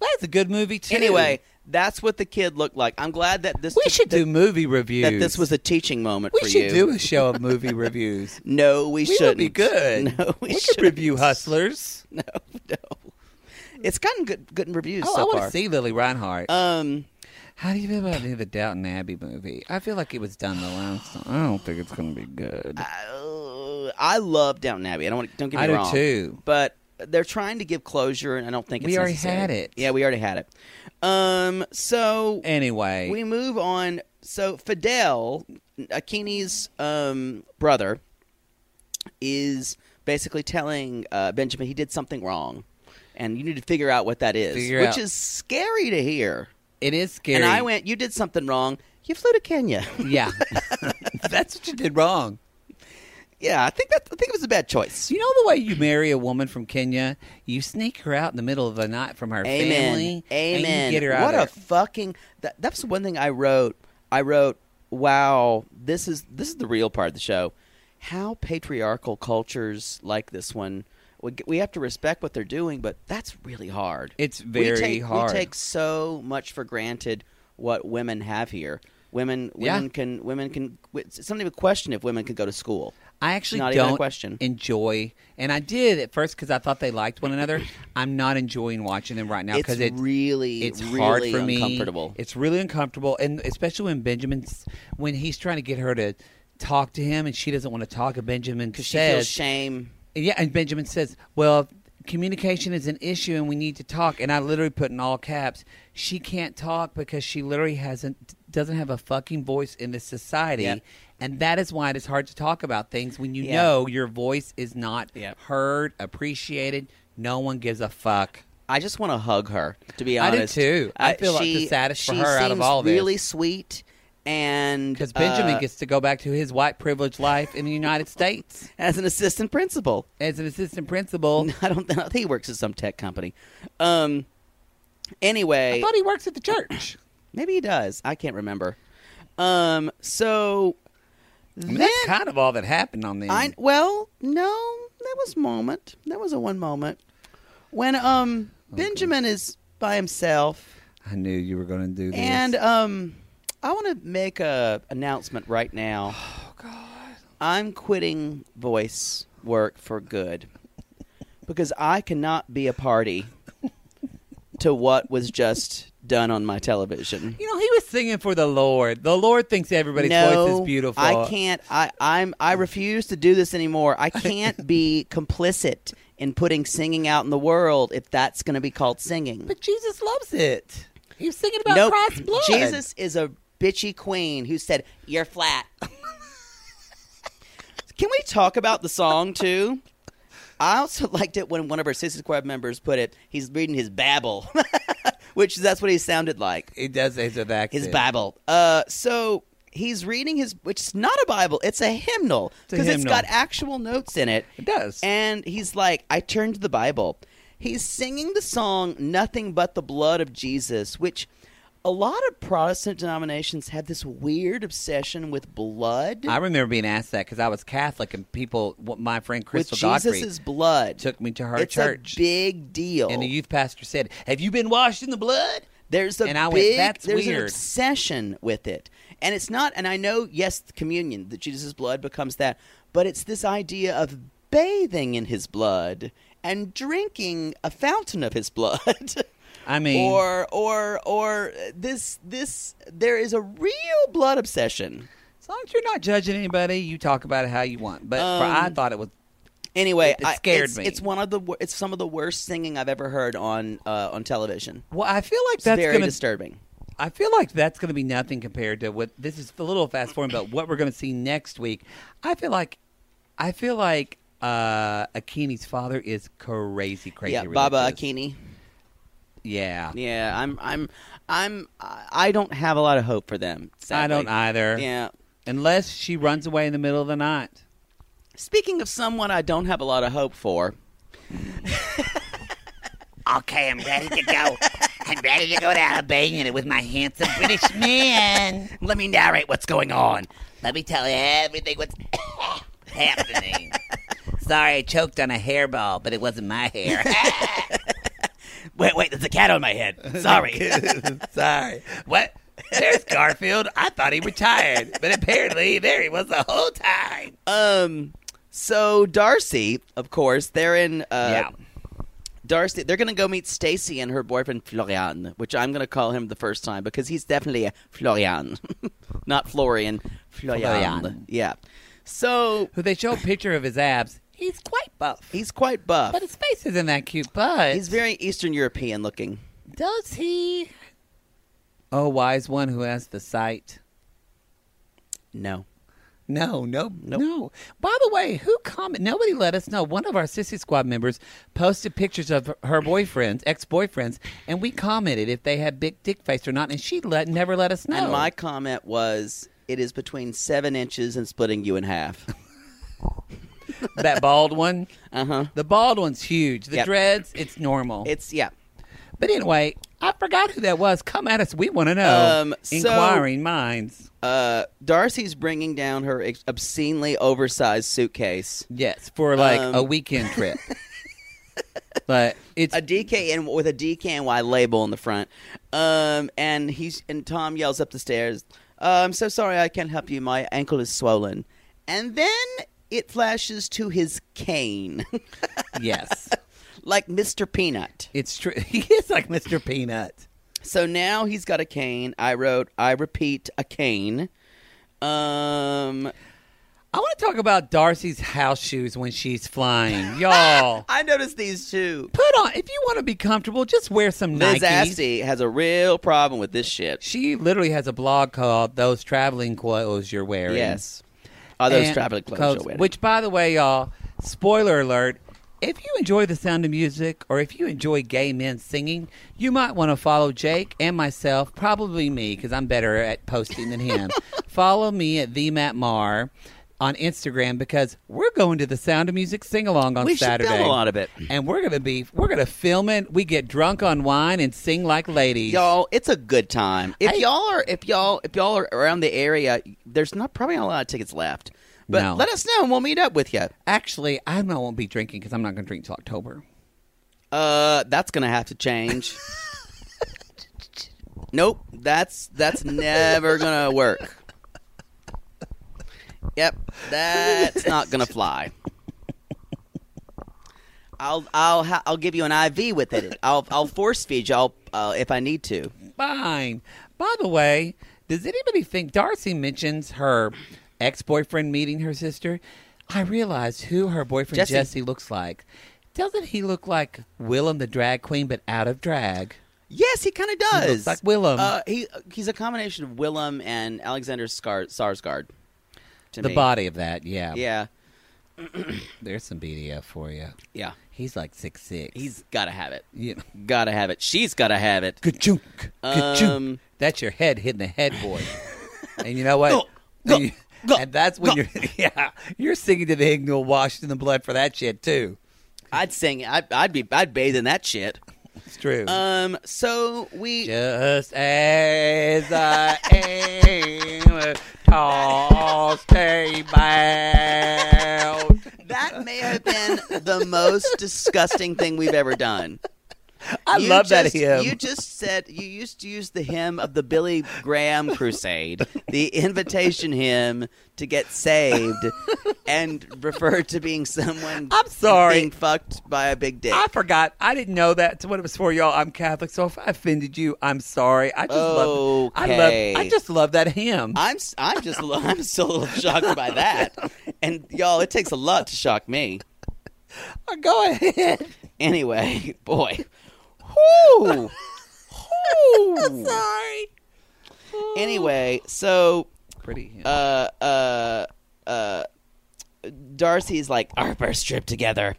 Speaker 1: That's a good movie too.
Speaker 2: Anyway, that's what the kid looked like. I'm glad that this
Speaker 1: we should do movie reviews.
Speaker 2: that this was a teaching moment
Speaker 1: We
Speaker 2: for
Speaker 1: should
Speaker 2: you.
Speaker 1: do a show of movie [LAUGHS] reviews.
Speaker 2: No, we,
Speaker 1: We
Speaker 2: shouldn't. [LAUGHS]
Speaker 1: would be good.
Speaker 2: No, we,
Speaker 1: we
Speaker 2: should
Speaker 1: could review Hustlers.
Speaker 2: [LAUGHS] No, no. It's gotten good good reviews
Speaker 1: Oh,
Speaker 2: so
Speaker 1: I want
Speaker 2: far.
Speaker 1: to see Lily Reinhart.
Speaker 2: Um,
Speaker 1: Uh, How do you feel about the Downton Abbey movie? I feel like it was done the last time. I don't think it's going to be good.
Speaker 2: Uh, I, uh, I love Downton Abbey. I don't want, don't get me
Speaker 1: I do
Speaker 2: wrong.
Speaker 1: too.
Speaker 2: But they're trying to give closure, and I don't think
Speaker 1: We
Speaker 2: it's
Speaker 1: already
Speaker 2: necessary.
Speaker 1: had it.
Speaker 2: Yeah, we already had it. Um, so
Speaker 1: Anyway,
Speaker 2: we move on. So Fidel, Akini's um brother, is basically telling uh, Benjamin he did something wrong, and you need to figure out what that is,
Speaker 1: Figure
Speaker 2: which
Speaker 1: out.
Speaker 2: is scary to hear.
Speaker 1: it is scary.
Speaker 2: And I went, you did something wrong. You flew to Kenya. [LAUGHS]
Speaker 1: Yeah, [LAUGHS] that's what you did wrong.
Speaker 2: yeah, I think that I think it was a bad choice.
Speaker 1: Do you know the way you marry a woman from Kenya? You sneak her out in the middle of the night from her
Speaker 2: Amen.
Speaker 1: family.
Speaker 2: Amen.
Speaker 1: And you get her out.
Speaker 2: what
Speaker 1: of
Speaker 2: a fucking that, that's the one thing I wrote. I wrote, wow, this is this is the real part of the show. How patriarchal cultures like this one we, we have to respect what they're doing, but that's really hard.
Speaker 1: It's
Speaker 2: We
Speaker 1: very
Speaker 2: take-
Speaker 1: hard.
Speaker 2: We take so much for granted what women have here. Women,
Speaker 1: Yeah.
Speaker 2: women can, women can. It's not even a question if women could go to school.
Speaker 1: I actually
Speaker 2: Not even a
Speaker 1: don't
Speaker 2: question.
Speaker 1: enjoy, and I did at first because I thought they liked one another. I'm not enjoying watching them right now
Speaker 2: It's
Speaker 1: because
Speaker 2: really,
Speaker 1: it's
Speaker 2: really
Speaker 1: hard for me.
Speaker 2: uncomfortable.
Speaker 1: It's really uncomfortable, and especially when Benjamin's when he's trying to get her to talk to him, and she doesn't want to talk. And Benjamin
Speaker 2: Because
Speaker 1: says,
Speaker 2: she feels shame.
Speaker 1: "Yeah," and Benjamin says, "Well." Communication is an issue, and we need to talk. And I literally put in all caps. She can't talk because she literally hasn't doesn't have a fucking voice in this society,
Speaker 2: Yep.
Speaker 1: and that is why it is hard to talk about things when you
Speaker 2: Yeah.
Speaker 1: know your voice is not
Speaker 2: Yep.
Speaker 1: heard, appreciated. No one gives a fuck.
Speaker 2: I just want to hug her. To be
Speaker 1: I do
Speaker 2: honest, Uh,
Speaker 1: too. I feel like the saddest for
Speaker 2: she
Speaker 1: her out of
Speaker 2: seems
Speaker 1: all this.
Speaker 2: Really sweet, and
Speaker 1: Because Benjamin
Speaker 2: uh,
Speaker 1: gets to go back to his white privileged life in
Speaker 2: [LAUGHS]
Speaker 1: the United States
Speaker 2: as an assistant principal. [LAUGHS]
Speaker 1: as an assistant principal.
Speaker 2: I don't, I don't think he works at some tech company. Um, anyway,
Speaker 1: I thought he works at the church.
Speaker 2: [COUGHS] maybe he does. I can't remember. Um, so
Speaker 1: I mean,
Speaker 2: then
Speaker 1: that's kind of all that happened on the.
Speaker 2: I well, no, that was a moment. That was a one moment when um Benjamin is by himself,
Speaker 1: I knew you were going to do this.
Speaker 2: and um I want to make a announcement right
Speaker 1: [SIGHS]
Speaker 2: now. Oh God, I'm quitting voice work for good because I cannot be a
Speaker 1: [LAUGHS]
Speaker 2: party to what was just done on my television.
Speaker 1: you know, he was singing for the Lord. The Lord thinks [LAUGHS] everybody's voice is beautiful.
Speaker 2: I can't. I I'm. I refuse to do this anymore.
Speaker 1: [LAUGHS]
Speaker 2: I can't be complicit in putting singing out in the world if that's going to be called singing.
Speaker 1: But Jesus loves it. He was singing about
Speaker 2: nope.
Speaker 1: Christ's blood.
Speaker 2: Jesus is a bitchy queen who said, "You're
Speaker 1: [LAUGHS]
Speaker 2: flat." Can we talk about the song too? I also liked it when one of our Sisters Squad members put it. He's reading his Bible, [LAUGHS] which that's what he sounded like.
Speaker 1: It does it's a accent.
Speaker 2: his Bible. Uh, so he's reading his, which is not a Bible, it's a hymnal
Speaker 1: a
Speaker 2: because it's
Speaker 1: hymnal.
Speaker 2: got actual notes in it.
Speaker 1: It does.
Speaker 2: And he's like, I turned to the Bible. He's singing the song "Nothing But the Blood of Jesus," which a lot of Protestant denominations have this weird obsession with blood,
Speaker 1: I remember being asked that because I was Catholic and people, what my friend
Speaker 2: with
Speaker 1: Crystal Godfrey
Speaker 2: Jesus' blood.
Speaker 1: took me to her
Speaker 2: it's
Speaker 1: church.
Speaker 2: a big deal.
Speaker 1: and the youth pastor said, Have you been washed in the blood?
Speaker 2: There's a
Speaker 1: And I went,
Speaker 2: big
Speaker 1: "That's
Speaker 2: there's an
Speaker 1: weird."
Speaker 2: obsession with it. And it's not and I know yes communion that Jesus' blood becomes that, but it's this idea of bathing in his blood and drinking a fountain of his [LAUGHS] blood.
Speaker 1: I mean-
Speaker 2: or or or this this there is a real blood obsession.
Speaker 1: As long as you're not judging anybody, you talk about it how you want. But for,
Speaker 2: Um,
Speaker 1: I thought it was.
Speaker 2: Anyway,
Speaker 1: It- it
Speaker 2: I-
Speaker 1: scared
Speaker 2: it's,
Speaker 1: me.
Speaker 2: It's one of the wor- it's some of the worst singing I've ever heard on uh, on television.
Speaker 1: Well, I feel like
Speaker 2: It's
Speaker 1: that's
Speaker 2: very
Speaker 1: going to
Speaker 2: disturbing.
Speaker 1: I feel like that's going to be nothing compared to what this is a little fast forward, but what we're going to see next week. I feel like, I feel like uh, Akini's father is crazy, crazy.
Speaker 2: Yeah, Baba
Speaker 1: religious.
Speaker 2: Akini.
Speaker 1: Yeah.
Speaker 2: Yeah, I'm, I'm, I'm, I I don't have a lot of hope for them.
Speaker 1: I
Speaker 2: sadly.
Speaker 1: don't either.
Speaker 2: Yeah.
Speaker 1: Unless she runs away in the middle of the night.
Speaker 2: Speaking of someone I don't have a lot of hope for,
Speaker 6: Okay, I'm ready to go. [LAUGHS] I'm ready to go to Albania with my handsome British man.
Speaker 2: let me narrate what's going on.
Speaker 6: Let me tell you everything what's [COUGHS] happening. Sorry, I choked on a hairball, but it wasn't my hair. [LAUGHS]
Speaker 2: Wait, wait, there's a cat on my
Speaker 1: [LAUGHS]
Speaker 2: head. Sorry.
Speaker 6: Sorry. What? There's Garfield. I thought he retired, but apparently there he was the whole time.
Speaker 2: um, so Darcy, of course, they're in. Uh,
Speaker 6: Yeah.
Speaker 2: Darcy, they're gonna go meet Stacy and her boyfriend Florian, which I'm gonna call him the first time because he's definitely a Florian, [LAUGHS] not Florian. Florian.
Speaker 1: Florian.
Speaker 2: Yeah. So
Speaker 1: Who they show a picture of his abs. He's quite buff.
Speaker 2: he's quite buff.
Speaker 1: but his face isn't that cute. But
Speaker 2: He's very Eastern European looking.
Speaker 1: does he? Oh, wise one who has the sight.
Speaker 2: No.
Speaker 1: No, no, no. By the way, who comment? Nobody let us know. One of our sissy squad members posted pictures of her boyfriends, ex-boyfriends, and we commented if they had big dick face or not, and she let never let us know.
Speaker 2: And my comment was, it is between seven inches and splitting you in half.
Speaker 1: that bald one,
Speaker 2: Uh huh.
Speaker 1: the bald one's huge. The
Speaker 2: Yep.
Speaker 1: dreads, it's normal.
Speaker 2: It's yeah.
Speaker 1: but anyway, I forgot who that was. Come at us. We want to know.
Speaker 2: Um, so-
Speaker 1: Inquiring minds.
Speaker 2: Uh, Darcy's bringing down her ex- obscenely oversized suitcase,
Speaker 1: Yes, for like
Speaker 2: Um,
Speaker 1: a weekend
Speaker 2: [LAUGHS]
Speaker 1: trip. but it's
Speaker 2: a [LAUGHS] DKN with a DKNY label on the front, um, and he's and Tom yells up the stairs, uh, "I'm so sorry, I can't help you. My ankle is swollen." And then it flashes to his cane, [LAUGHS]
Speaker 1: yes,
Speaker 2: like Mr. Peanut.
Speaker 1: it's true. [LAUGHS] He is like Mr. Peanut.
Speaker 2: So now he's got a cane. I wrote, I repeat, a cane. Um,
Speaker 1: I want to talk about Darcy's house shoes when
Speaker 2: [LAUGHS]
Speaker 1: she's flying, y'all.
Speaker 2: I noticed these two.
Speaker 1: Put on if you want to be comfortable, just wear some
Speaker 2: Liz
Speaker 1: Nikes.
Speaker 2: Asti has a real problem with this shit.
Speaker 1: She literally has a blog called "Those Traveling Clothes You're Wearing."
Speaker 2: Yes. Are those
Speaker 1: And-
Speaker 2: traveling clothes you're wearing?
Speaker 1: Which, by the way, y'all, spoiler alert: If you enjoy the sound of music or if you enjoy gay men singing, you might want to follow Jake and myself, probably me, because I'm better at posting than
Speaker 2: [LAUGHS]
Speaker 1: him. follow me at the Matt Marr on Instagram because we're going to the Sound of Music sing along on
Speaker 2: We should film
Speaker 1: Saturday.
Speaker 2: a lot of it.
Speaker 1: And we're gonna be we're gonna film it. We get drunk on wine and sing like ladies.
Speaker 2: y'all it's a good time if
Speaker 1: Hey.
Speaker 2: y'all are if y'all if y'all are around the area there's not probably not a lot of tickets left but
Speaker 1: No.
Speaker 2: let us know and we'll meet up with you
Speaker 1: Actually, I am not won't be drinking because I'm not gonna drink till October.
Speaker 2: uh that's gonna have to change nope that's that's never gonna work yep that's not gonna fly I'll I'll ha- I'll give you an IV with it. I'll I'll force feed you. I'll, uh, if I need to.
Speaker 1: Fine. By the way, does anybody think Darcy mentions her ex boyfriend meeting her sister? I realized who her boyfriend
Speaker 2: Jesse.
Speaker 1: Jesse. looks like. Doesn't he look like Willem the drag queen, but out of drag?
Speaker 2: Yes, he kind of does.
Speaker 1: looks like Willem.
Speaker 2: Uh, he he's a combination of Willem and Alexander Skar- Sarsgaard. To
Speaker 1: The
Speaker 2: me.
Speaker 1: body of that, yeah.
Speaker 2: Yeah,
Speaker 1: There's some BDF for you.
Speaker 2: yeah.
Speaker 1: He's like six six.
Speaker 2: He's gotta have it.
Speaker 1: you know,
Speaker 2: Gotta have it. She's gotta have it.
Speaker 1: ka-chunk, ka-chunk.
Speaker 2: Um,
Speaker 1: that's your head hitting
Speaker 2: [LAUGHS]
Speaker 1: the headboard. and you know what?
Speaker 2: go,
Speaker 1: and, you-
Speaker 2: go,
Speaker 1: and that's when you're [LAUGHS] yeah, you're singing to the hymnal washed in the blood for that shit too.
Speaker 2: I'd sing. I'd, I'd be. I'd bathe in that shit.
Speaker 1: It's true.
Speaker 2: Um. So we.
Speaker 1: Just as I am, tossed about.
Speaker 2: That may have been the most disgusting thing we've ever done.
Speaker 1: I
Speaker 2: You
Speaker 1: love that
Speaker 2: just-
Speaker 1: hymn.
Speaker 2: You just said you used to use the hymn of the Billy Graham Crusade, the invitation hymn to get saved, and referred to being someone.
Speaker 1: I'm sorry.
Speaker 2: being fucked by a big dick.
Speaker 1: I forgot. I didn't know that. That's what it was for, y'all. I'm Catholic, so if I offended you, I'm sorry. I just love. I
Speaker 2: Okay.
Speaker 1: love. I just love that hymn.
Speaker 2: I'm s- I'm just a li- I'm still a little shocked by that, and y'all, it takes a lot to shock me.
Speaker 1: Go [LAUGHS] ahead.
Speaker 2: Anyway, [LAUGHS] boy, whoo, whoo.
Speaker 1: sorry.
Speaker 2: [LAUGHS] Anyway, so
Speaker 1: Pretty hymn.
Speaker 2: uh, uh, uh, Darcy's like our first trip together,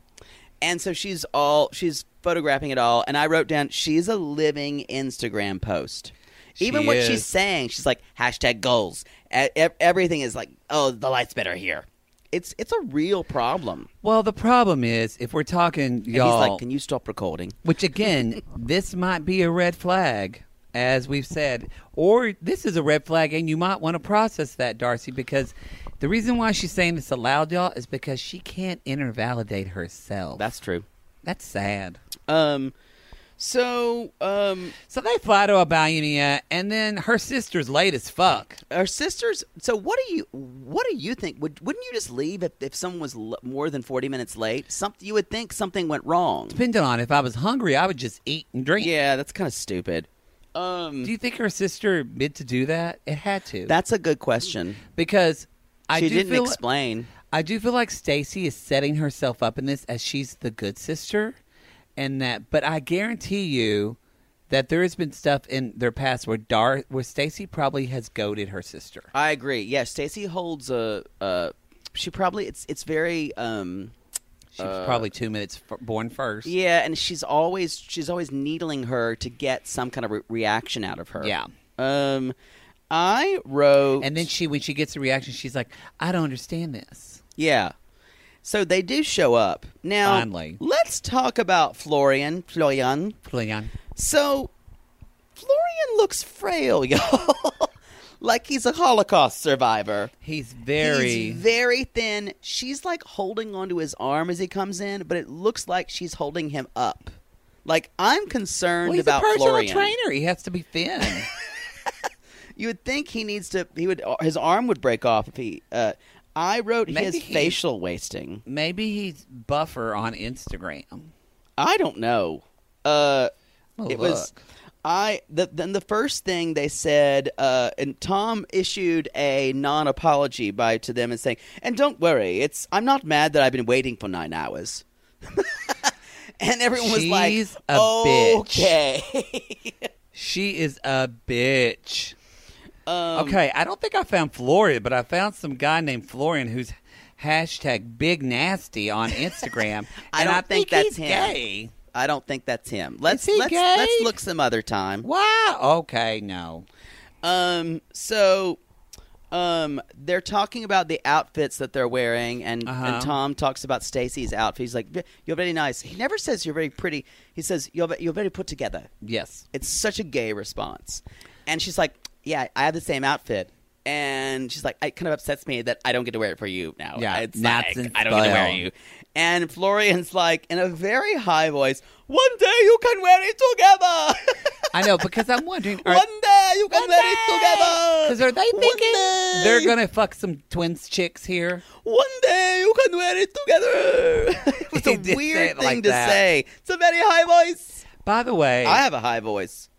Speaker 2: and so she's all she's photographing it all. And I wrote down she's a living Instagram post. Even
Speaker 1: She
Speaker 2: what
Speaker 1: is.
Speaker 2: she's saying, she's like hashtag goals. E- e- everything is like, oh, the light's better here. It's it's a real problem.
Speaker 1: well, the problem is if we're talking,
Speaker 2: And
Speaker 1: y'all.
Speaker 2: he's like, can you stop recording?
Speaker 1: Which again, this might be a red flag, as we've said, or this is a red flag, and you might want to process that, Darcy, because the reason why she's saying this aloud, y'all, is because she can't inner validate herself.
Speaker 2: That's true.
Speaker 1: that's sad.
Speaker 2: Um, so um,
Speaker 1: So they fly to Albania, and then her sister's late as fuck.
Speaker 2: our sisters so what do you what do you think would, wouldn't you just leave if, if someone was l- more than 40 minutes late something you would think something went wrong
Speaker 1: Depending on if I was hungry, I would just eat and drink.
Speaker 2: yeah that's kind of stupid um
Speaker 1: Do you think her sister meant to do that? It had to.
Speaker 2: that's a good question
Speaker 1: because I
Speaker 2: she
Speaker 1: do
Speaker 2: didn't
Speaker 1: feel
Speaker 2: explain
Speaker 1: I do feel like Stacy is setting herself up in this as she's the good sister, and that. But I guarantee you that there has been stuff in their past where Dar where Stacy probably has goaded her sister.
Speaker 2: i agree yeah stacy holds a uh she probably it's it's very um
Speaker 1: She was probably two minutes f- born first.
Speaker 2: yeah and she's always she's always needling her to get some kind of re- reaction out of her
Speaker 1: Yeah.
Speaker 2: um i wrote
Speaker 1: And then she, when she gets a reaction, she's like, "I don't understand this."
Speaker 2: Yeah. So they do show up. Now,
Speaker 1: Finally.
Speaker 2: let's talk about Florian. Florian.
Speaker 1: Florian.
Speaker 2: So, Florian looks frail, [LAUGHS] y'all. like he's a Holocaust survivor.
Speaker 1: He's very.
Speaker 2: He's very thin. She's like holding onto his arm as he comes in, but it looks like she's holding him up. Like I'm concerned
Speaker 1: well, he's
Speaker 2: about
Speaker 1: a personal
Speaker 2: Florian.
Speaker 1: trainer. He has to be thin. [LAUGHS]
Speaker 2: You would think he needs to. He would. His arm would break off if he. Uh, I wrote his
Speaker 1: Maybe he-
Speaker 2: facial wasting.
Speaker 1: Maybe he's buffer on Instagram.
Speaker 2: I don't know. Uh,
Speaker 1: Well,
Speaker 2: it was
Speaker 1: Oh, look.
Speaker 2: I. The, then the first thing they said, uh, and Tom issued a non-apology by to them and saying, "And don't worry, it's I'm not mad that I've been waiting for nine hours." [LAUGHS] and everyone was like,
Speaker 1: She's a bitch.
Speaker 2: "Okay." [LAUGHS]
Speaker 1: She is a
Speaker 2: Um,
Speaker 1: bitch. okay, I don't think I found Florian, but I found some guy named Florian who's hashtag Big
Speaker 2: [LAUGHS]
Speaker 1: Nasty on Instagram.
Speaker 2: I
Speaker 1: and
Speaker 2: don't
Speaker 1: I
Speaker 2: think
Speaker 1: think,
Speaker 2: that's
Speaker 1: he's
Speaker 2: him.
Speaker 1: gay.
Speaker 2: I don't think that's him. Let's
Speaker 1: he
Speaker 2: let's
Speaker 1: gay?
Speaker 2: let's look some other time.
Speaker 1: Wow. Okay. No.
Speaker 2: Um, so um, they're talking about the outfits that they're wearing, and, and Tom talks about Stacy's outfit. He's like, "You're very nice." He never says you're very pretty. He says you're ve- you're very put together.
Speaker 1: Yes.
Speaker 2: It's such a gay response, and she's like, "Yeah, I have the same outfit." And she's like, "It kind of upsets me that I don't get to wear it for you now.
Speaker 1: Yeah,
Speaker 2: it's
Speaker 1: not
Speaker 2: like,
Speaker 1: since
Speaker 2: I don't get to wear
Speaker 1: Bill.
Speaker 2: you." And Florian's like, in a very high voice, "One day you can wear it together." [LAUGHS]
Speaker 1: I know because I'm wondering. Are,
Speaker 2: One day you can let it together.
Speaker 1: Because are they
Speaker 2: One
Speaker 1: thinking
Speaker 2: day-
Speaker 1: they're gonna fuck some twins chicks here?
Speaker 2: One day you can wear it together. it's
Speaker 1: [LAUGHS] He did say
Speaker 2: a
Speaker 1: it
Speaker 2: weird thing
Speaker 1: like
Speaker 2: to
Speaker 1: that.
Speaker 2: say. It's a very high voice.
Speaker 1: By the way,
Speaker 2: I have a high voice.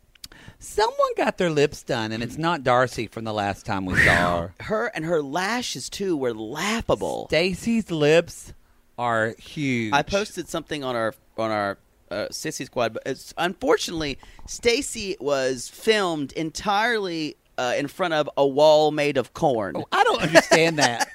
Speaker 1: someone got their lips done, and it's not Darcy from the last time we
Speaker 2: [LAUGHS]
Speaker 1: saw her.
Speaker 2: Her and her lashes too were laughable.
Speaker 1: Stacy's lips are huge.
Speaker 2: I posted something on our on our uh, sissy squad, but it's, unfortunately, Stacy was filmed entirely uh, in front of a wall made of corn.
Speaker 1: I don't understand [LAUGHS] that.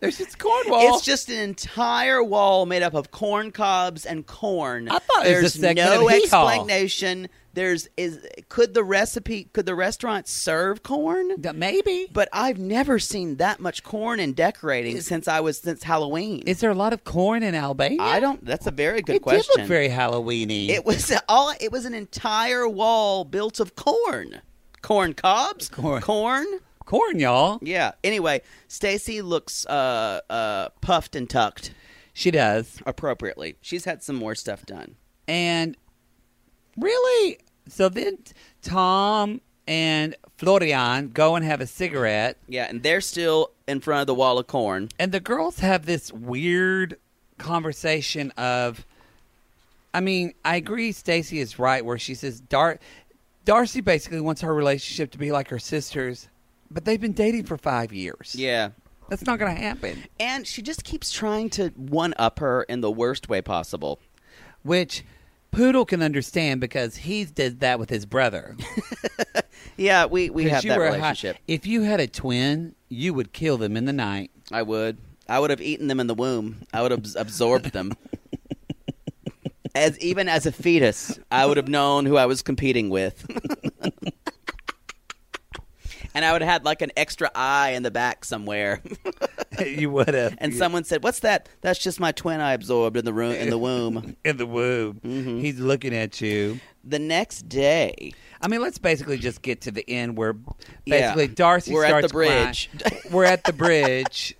Speaker 1: There's just Cornwall.
Speaker 2: It's just an entire wall made up of corn cobs and corn.
Speaker 1: I thought it
Speaker 2: there's
Speaker 1: was a segment
Speaker 2: no
Speaker 1: of Hee Haw.
Speaker 2: explanation. There's is could the recipe could the restaurant serve corn?
Speaker 1: D- maybe.
Speaker 2: But I've never seen that much corn in decorating since I was since Halloween.
Speaker 1: Is there a lot of corn in Albania?
Speaker 2: I don't. That's a very good
Speaker 1: it
Speaker 2: question.
Speaker 1: did look very Halloweeny.
Speaker 2: it was all. It was an entire wall built of corn, corn cobs,
Speaker 1: Corn.
Speaker 2: corn.
Speaker 1: corn, y'all.
Speaker 2: Yeah. Anyway, Stacy looks uh, uh, puffed and tucked.
Speaker 1: She does.
Speaker 2: appropriately. She's had some more stuff done.
Speaker 1: And really, so then Tom and Florian go and have a cigarette,
Speaker 2: Yeah, and they're still in front of the wall of corn.
Speaker 1: and the girls have this weird conversation of. I mean, I agree. Stacy is right where she says Dar- Darcy basically wants her relationship to be like her sister's, but they've been dating for five years.
Speaker 2: Yeah.
Speaker 1: that's not going to happen.
Speaker 2: And she just keeps trying to one up her in the worst way possible.
Speaker 1: Which Poodle can understand because he did that with his brother.
Speaker 2: Yeah, we, we
Speaker 1: 'Cause
Speaker 2: have
Speaker 1: you
Speaker 2: that
Speaker 1: were a hot-
Speaker 2: relationship.
Speaker 1: if you had a twin, you would kill them in the night.
Speaker 2: I would. I would have eaten them in the womb. I would have abs- absorbed them. as even as a fetus, I would have known who I was competing with. [LAUGHS] and I would have had like an extra eye in the back somewhere. [LAUGHS]
Speaker 1: you would have.
Speaker 2: and someone said, "What's that? That's just my twin I absorbed in the room in
Speaker 6: [LAUGHS]
Speaker 2: the womb."
Speaker 1: [LAUGHS] in the womb, he's looking at you.
Speaker 2: the next day,
Speaker 1: I mean, let's basically just get to the end where
Speaker 2: Yeah.
Speaker 1: basically Darcy
Speaker 2: We're at
Speaker 1: starts
Speaker 2: the bridge.
Speaker 1: crying. We're at the bridge.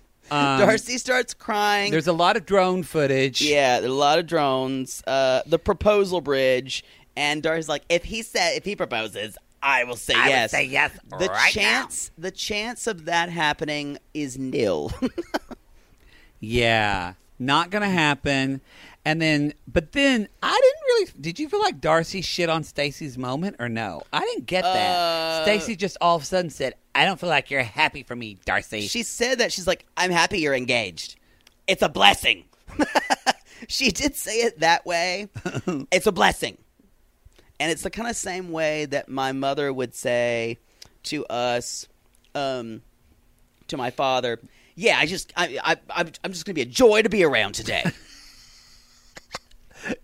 Speaker 2: [LAUGHS]
Speaker 1: Um,
Speaker 2: Darcy starts crying.
Speaker 1: There's a lot of drone footage.
Speaker 2: yeah, there are a lot of drones. Uh, the proposal bridge, and Darcy's like, "If he said, if he proposes, I will say
Speaker 6: I would
Speaker 2: yes."
Speaker 6: say yes right
Speaker 2: The
Speaker 6: now.
Speaker 2: chance, the chance of that happening is nil. [LAUGHS]
Speaker 1: Yeah. Not going to happen. And then, but then I didn't really. Did you feel like Darcy shit on Stacy's moment or no? I didn't get that.
Speaker 2: Uh,
Speaker 1: Stacy just all of a sudden said, I don't feel like you're happy for me, Darcy.
Speaker 2: she said that she's like, "I'm happy you're engaged. It's a blessing." [LAUGHS] she did say it that way. it's a blessing. And it's the kind of same way that my mother would say to us, um, to my father, "Yeah, I just, I, I, I'm, I'm just going to be a joy to be around today."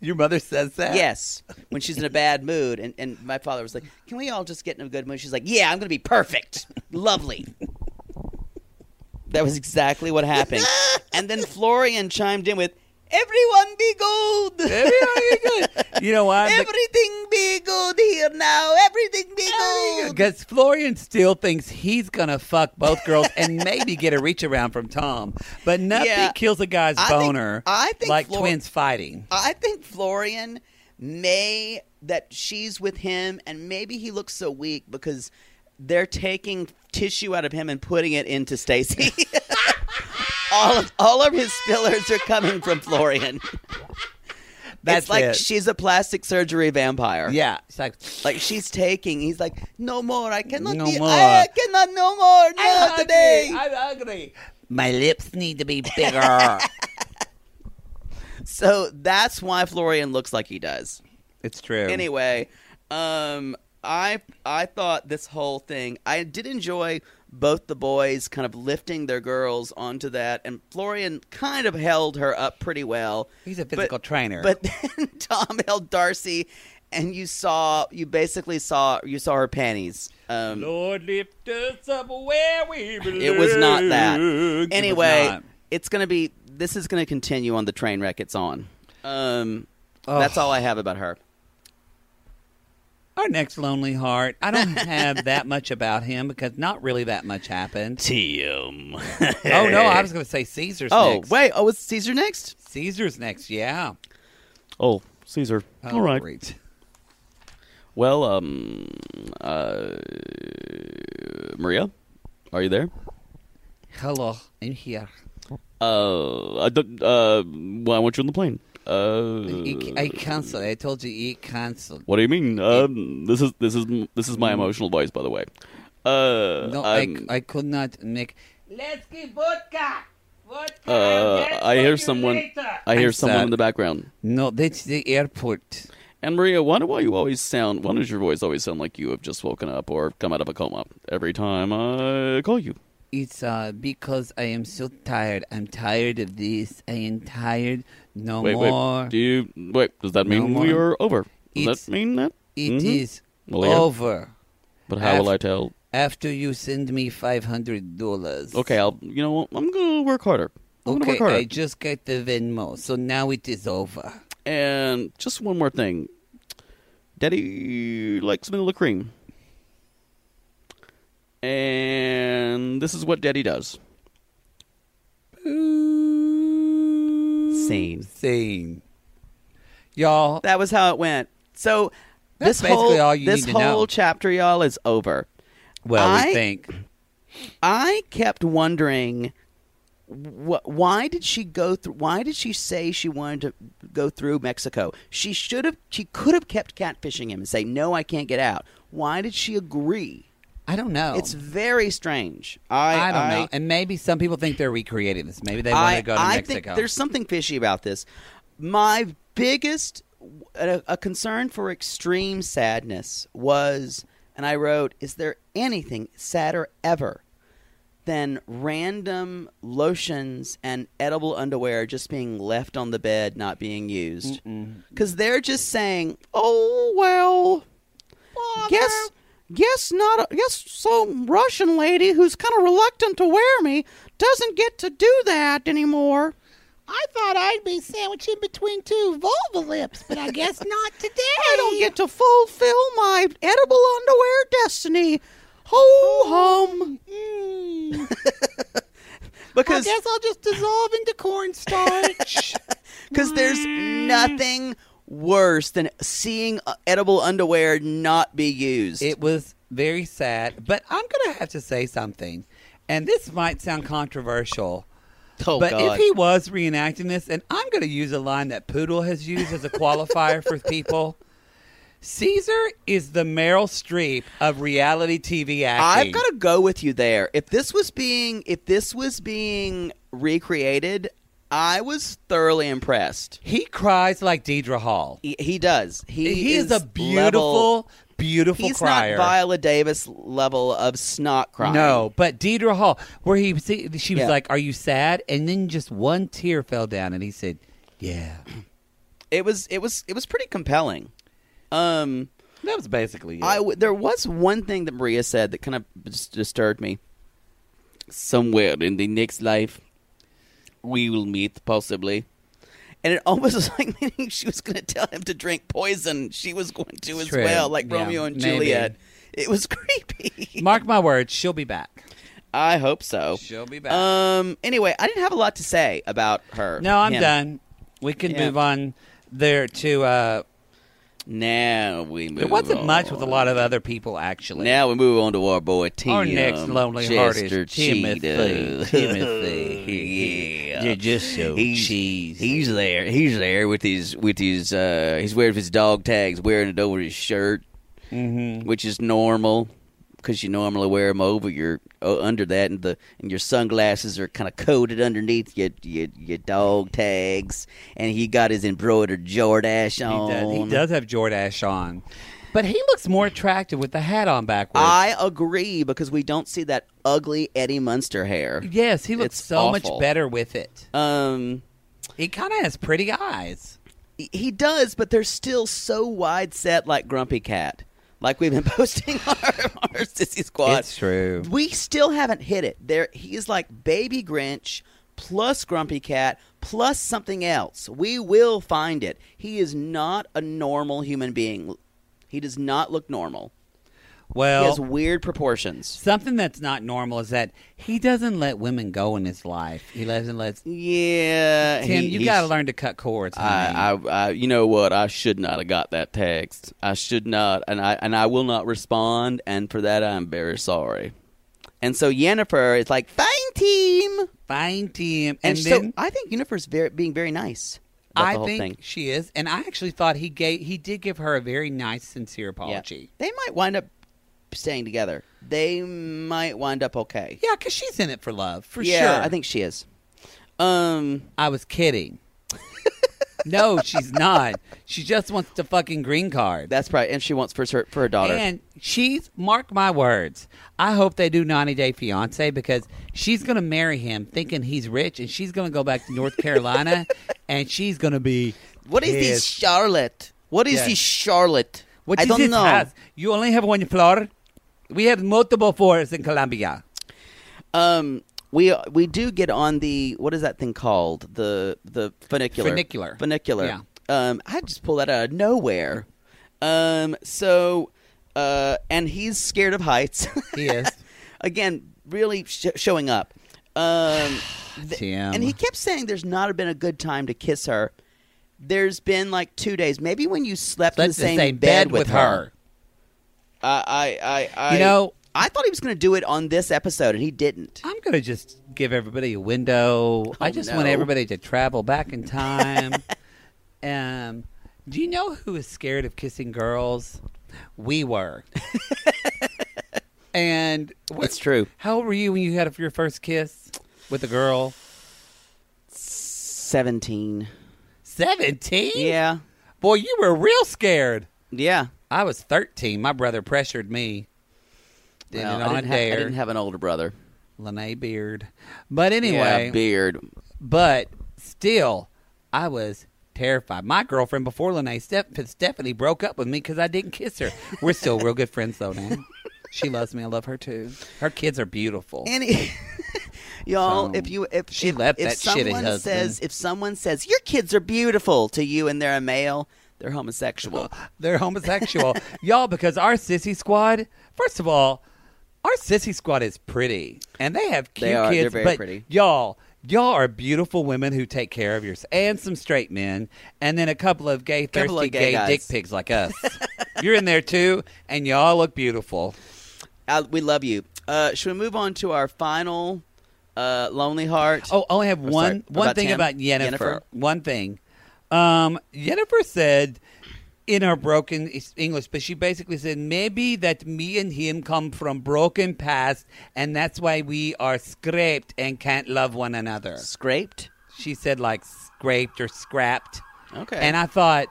Speaker 1: Your mother says that? [LAUGHS]
Speaker 2: yes, when she's in a bad mood, and and my father was like, "Can we all just get in a good mood?" She's like, "Yeah, I'm going to be perfect, lovely." That was exactly what happened. and then Florian chimed in with, "Everyone be good."
Speaker 1: You
Speaker 2: [LAUGHS]
Speaker 1: know what?
Speaker 2: Everything be good here now. Everything be good.
Speaker 1: Because Florian still thinks he's gonna fuck both girls
Speaker 2: [LAUGHS]
Speaker 1: and maybe get a reach around from Tom, but nothing
Speaker 2: Yeah.
Speaker 1: kills a guy's
Speaker 2: I think-
Speaker 1: boner
Speaker 2: I think
Speaker 1: like
Speaker 2: Flor-
Speaker 1: twins fighting.
Speaker 2: I think Florian may that she's with him, and maybe he looks so weak because they're taking tissue out of him and putting it into Stacy. [LAUGHS] all of, all of his fillers are coming from
Speaker 1: [LAUGHS]
Speaker 2: Florian.
Speaker 1: That's
Speaker 2: it's like
Speaker 1: it.
Speaker 2: she's a plastic surgery vampire.
Speaker 1: yeah, it's like
Speaker 2: Like she's taking, he's like, no more. I cannot.
Speaker 1: No
Speaker 2: be,
Speaker 1: more.
Speaker 2: I cannot. No more.
Speaker 1: I'm
Speaker 2: No
Speaker 1: hungry,
Speaker 2: today.
Speaker 1: I'm hungry.
Speaker 6: My lips need to be bigger.
Speaker 2: [LAUGHS] So that's why Florian looks like he does.
Speaker 1: It's true.
Speaker 2: anyway, um, I I thought this whole thing. I did enjoy both the boys kind of lifting their girls onto that, and Florian kind of held her up pretty well.
Speaker 1: He's a physical trainer.
Speaker 2: But [LAUGHS] then Tom held Darcy, and you saw you basically saw you saw her panties. Um,
Speaker 1: Lord, lift us up where we belong.
Speaker 2: it was not that.
Speaker 1: It was
Speaker 2: Anyway,
Speaker 1: not.
Speaker 2: it's going to be. This is going to continue on the train wreck it's on. Um,
Speaker 1: Oh.
Speaker 2: That's all I have about her.
Speaker 1: Our next lonely heart. I don't have that much about him because not really that much happened.
Speaker 2: Tim.
Speaker 1: Oh no,
Speaker 2: [LAUGHS]
Speaker 1: I was going to say Caesar's
Speaker 2: oh
Speaker 1: next.
Speaker 2: wait. Oh, it's Caesar next.
Speaker 1: Caesar's next. Yeah.
Speaker 4: Oh, Caesar. All right.
Speaker 1: Great.
Speaker 2: Well, um, uh, Maria, are you there?
Speaker 1: Hello, I'm here.
Speaker 4: Uh, I don't, uh, well, I want you on the plane. Uh,
Speaker 1: I, I canceled. I told you he canceled.
Speaker 4: what do you mean? Um, this is this is this is my emotional voice, by the way. Uh,
Speaker 1: No, I,
Speaker 4: I'm-
Speaker 1: I could not make. Let's get vodka. Vodka.
Speaker 4: uh, I hear someone. I hear
Speaker 1: I'm
Speaker 4: someone in
Speaker 1: sad.
Speaker 4: the background.
Speaker 1: No, that's the airport.
Speaker 4: And Maria, why do why you always sound? Why does your voice always sound like you have just woken up or come out of a coma every time I call you?
Speaker 1: It's uh because I am so tired. I'm tired of this. I am tired. No
Speaker 4: Wait,
Speaker 1: more.
Speaker 4: wait. Do you wait? Does that
Speaker 1: No
Speaker 4: mean we
Speaker 1: more.
Speaker 4: are over? Does
Speaker 1: It's-
Speaker 4: that mean that?
Speaker 1: It
Speaker 4: Mhm.
Speaker 1: is
Speaker 4: Well, yeah.
Speaker 1: over
Speaker 4: But how will
Speaker 1: I've-
Speaker 4: I tell?
Speaker 1: after you send me five hundred dollars.
Speaker 4: Okay, I'll. You know, what? I'm gonna work harder. I'm gonna
Speaker 1: Okay.
Speaker 4: work harder.
Speaker 1: I just got the Venmo, so now it is over.
Speaker 4: And just one more thing. Daddy likes vanilla cream. And this is what Daddy does.
Speaker 2: Scene.
Speaker 1: Same. Y'all,
Speaker 2: That was how it went. So
Speaker 1: That's
Speaker 2: this whole
Speaker 1: basically all you
Speaker 2: this
Speaker 1: need to
Speaker 2: whole
Speaker 1: know.
Speaker 2: chapter, y'all, is over.
Speaker 1: well,
Speaker 2: I-
Speaker 1: we think
Speaker 2: I kept wondering wh- why did she go through why did she say she wanted to go through Mexico? She should have she could have kept catfishing him and say no I can't get out. Why did she agree?
Speaker 1: I don't know.
Speaker 2: It's very strange. I
Speaker 1: Oh. I don't
Speaker 2: I-
Speaker 1: know, and maybe some people think they're recreating this. Maybe they want to go to
Speaker 2: I
Speaker 1: Mexico.
Speaker 2: Think there's something fishy about this. My biggest uh, a, a concern for extreme sadness was, and I wrote, is there anything sadder ever than random lotions and edible underwear just being left on the bed, not being used? Because they're just saying, oh, well, guess guess not a, guess some russian lady who's kind of reluctant to wear me doesn't get to do that anymore
Speaker 6: I thought I'd be sandwiched in between two vulva lips, but I guess not today.
Speaker 2: i don't get to fulfill my edible underwear destiny ho hum because
Speaker 6: mm, I'll just dissolve into cornstarch.
Speaker 2: because there's nothing worse than seeing uh, edible underwear not be used
Speaker 1: [LAUGHS] It was very sad, but I'm going to have to say something. And this might sound controversial,
Speaker 2: oh
Speaker 1: but
Speaker 2: god
Speaker 1: if he was reenacting this, and I'm going to use a line that Poodle has used as a qualifier for people Caesar is the Meryl Streep of reality TV acting.
Speaker 2: I've got to go with you there. If this was being if this was being recreated, I was thoroughly impressed.
Speaker 1: He cries like Deidre Hall.
Speaker 2: He, he does. He,
Speaker 1: He, is, a beautiful,
Speaker 2: level-
Speaker 1: beautiful
Speaker 2: he's
Speaker 1: crier.
Speaker 2: not Viola Davis level of snot crying.
Speaker 1: No, but Deidre Hall, where he see, she was
Speaker 2: Yeah.
Speaker 1: like, "Are you sad?" And then just one tear fell down, and he said, "Yeah."
Speaker 2: it was it was it was pretty compelling. Um,
Speaker 1: That was basically it.
Speaker 2: I w- there was one thing that Maria said that kind of dis- disturbed me. Somewhere in the next life, we will meet possibly. And it almost [LAUGHS] was like meaning she was going to tell him to drink poison. She was going to as
Speaker 1: True.
Speaker 2: well, like
Speaker 1: Yeah,
Speaker 2: Romeo and
Speaker 1: maybe.
Speaker 2: Juliet. It was [LAUGHS] creepy.
Speaker 1: Mark my words, she'll be back.
Speaker 2: I hope so.
Speaker 1: She'll be back.
Speaker 2: Um. Anyway, I didn't have a lot to say about her.
Speaker 1: no, I'm
Speaker 2: him.
Speaker 1: done. We can
Speaker 2: Yeah.
Speaker 1: move on there to. Uh,
Speaker 2: Now we move.
Speaker 1: there wasn't much
Speaker 2: on.
Speaker 1: with a lot of other people actually.
Speaker 2: Now we move on to our boy Tim.
Speaker 1: Our next lonely heart is
Speaker 2: Chester
Speaker 1: Timothy.
Speaker 2: Cheeto. [LAUGHS]
Speaker 1: Timothy.
Speaker 2: yeah.
Speaker 1: You're just so
Speaker 2: He's-
Speaker 1: cheesy.
Speaker 2: He's there. He's there with his with his uh he's wearing his dog tags, wearing it over his shirt, mm-hmm. which is normal because you normally wear them over your uh, under that, and the and your sunglasses are kind of coated underneath your, your your dog tags, and he got his embroidered Jordache
Speaker 1: He
Speaker 2: on.
Speaker 1: does, he does have Jordache on. But he looks more attractive with the hat on backwards.
Speaker 2: I agree because we don't see that ugly Eddie Munster hair.
Speaker 1: yes, he looks
Speaker 2: It's
Speaker 1: so
Speaker 2: awful.
Speaker 1: much better with it.
Speaker 2: Um,
Speaker 1: He kind of has pretty eyes.
Speaker 2: he- he does, but they're still so wide set like Grumpy Cat, like we've been [LAUGHS] posting on our, on our Sissy Squad.
Speaker 1: It's true.
Speaker 2: We still haven't hit it. There, he is like Baby Grinch plus Grumpy Cat plus something else. We will find it. He is not a normal human being. He does not look normal. He
Speaker 1: Well,
Speaker 2: has weird proportions.
Speaker 1: something that's not normal is that he doesn't let women go in his life. He doesn't let.
Speaker 2: Yeah,
Speaker 1: Tim,
Speaker 2: he-
Speaker 1: you
Speaker 2: he's-
Speaker 1: got to learn to cut cords. honey.
Speaker 2: I, I, I, you know what? I should not have got that text. I should not, and I, and I will not respond. And for that, I'm very sorry. And so Yennefer is like, "Fine team," and,
Speaker 1: Fine, Tim. And,
Speaker 2: so
Speaker 1: then
Speaker 2: I think Yennefer's very being very nice. about
Speaker 1: I
Speaker 2: the whole
Speaker 1: think
Speaker 2: thing.
Speaker 1: she is, and I actually thought he gave he did give her a very nice, sincere
Speaker 2: Yeah.
Speaker 1: apology.
Speaker 2: they might wind up staying together. They might wind up okay.
Speaker 1: Yeah, because she's in it for love, for
Speaker 2: yeah,
Speaker 1: sure.
Speaker 2: I think she is. Um,
Speaker 1: I was kidding. no, she's not. She just wants the fucking green card.
Speaker 2: that's probably, and she wants for her for her daughter.
Speaker 1: And she's mark my words. I hope they do 90 Day Fiance because she's going to marry him thinking he's rich, and she's going to go back to North
Speaker 2: [LAUGHS]
Speaker 1: Carolina, and she's going to be
Speaker 2: what is this,
Speaker 1: pissed.
Speaker 2: Charlotte? What is
Speaker 1: Yes.
Speaker 2: this, Charlotte?
Speaker 1: What
Speaker 2: I
Speaker 1: is
Speaker 2: don't
Speaker 1: this
Speaker 2: know.
Speaker 1: house? You only have one floor. We have multiple floors in Colombia.
Speaker 2: Um, we we do get on the what is that thing called the the funicular
Speaker 1: Funicular.
Speaker 2: funicular.
Speaker 1: Yeah.
Speaker 2: Um, I just pulled that out of nowhere. Um, so uh, and he's scared of heights. [LAUGHS]
Speaker 1: He is. [LAUGHS]
Speaker 2: Again, really sh- showing up. [SIGHS] Um, th-
Speaker 1: Tim.
Speaker 2: and he kept saying there's not been a good time to kiss her. There's been like two days, maybe when you slept in the
Speaker 1: That's
Speaker 2: same, bed, with, her.
Speaker 1: her.
Speaker 2: I, I, I, I,
Speaker 1: You know-
Speaker 2: I thought he was going to do it on this episode, and he didn't.
Speaker 1: I'm going to just give everybody a window. I just want
Speaker 2: Oh, no.
Speaker 1: everybody to travel back
Speaker 2: [LAUGHS]
Speaker 1: in time. um, do you know who is scared of kissing girls?
Speaker 2: [LAUGHS]
Speaker 1: We were. and what-
Speaker 2: It's true.
Speaker 1: How old were you when you had your first kiss with a girl?
Speaker 2: 17.
Speaker 1: 17?
Speaker 2: Yeah.
Speaker 1: Boy, you were real scared.
Speaker 2: Yeah.
Speaker 1: I was 13. My brother pressured me. Did
Speaker 2: Well,
Speaker 1: it on
Speaker 2: I,
Speaker 1: a
Speaker 2: didn't ha- I
Speaker 1: dare.
Speaker 2: didn't have an older brother.
Speaker 1: Lene Beard. But anyway,
Speaker 2: Yeah, beard.
Speaker 1: but still, I was terrified. My girlfriend before Lene Steph- Stephanie broke up with me because I didn't kiss her. We're still real good friends though now. She loves me. I love her too. Her kids are beautiful.
Speaker 2: Any [LAUGHS] y'all,
Speaker 1: So,
Speaker 2: if you if
Speaker 1: she
Speaker 2: if,
Speaker 1: left
Speaker 2: if
Speaker 1: that shitty
Speaker 2: someone
Speaker 1: husband.
Speaker 2: says if someone says your kids are beautiful to you and they're a male, they're
Speaker 1: [LAUGHS]
Speaker 2: homosexual.
Speaker 1: They're homosexual, [LAUGHS] y'all. Because our sissy squad, first of all, our sissy squad is pretty, and they have cute
Speaker 2: They are. They're
Speaker 1: kids.
Speaker 2: very
Speaker 1: but
Speaker 2: pretty.
Speaker 1: y'all, y'all are beautiful women who take care of yours, and some straight men, and then a couple of gay, thirsty,
Speaker 2: Couple of gay
Speaker 1: gay,
Speaker 2: guys.
Speaker 1: dick pigs like us. You're in there too, and y'all look beautiful.
Speaker 2: Uh, we love you. Uh, should we move on to our final uh, lonely heart?
Speaker 1: Oh, I only have
Speaker 2: Or
Speaker 1: one
Speaker 2: sorry,
Speaker 1: one
Speaker 2: about
Speaker 1: thing
Speaker 2: Tim?
Speaker 1: about Yennefer.
Speaker 2: Yennefer?
Speaker 1: One thing. Um, Yennefer said in her broken is- English, but she basically said maybe that me and him come from broken past, and that's why we are scraped and can't love one another.
Speaker 2: scraped.
Speaker 1: She said like scraped or scrapped.
Speaker 2: Okay.
Speaker 1: And I thought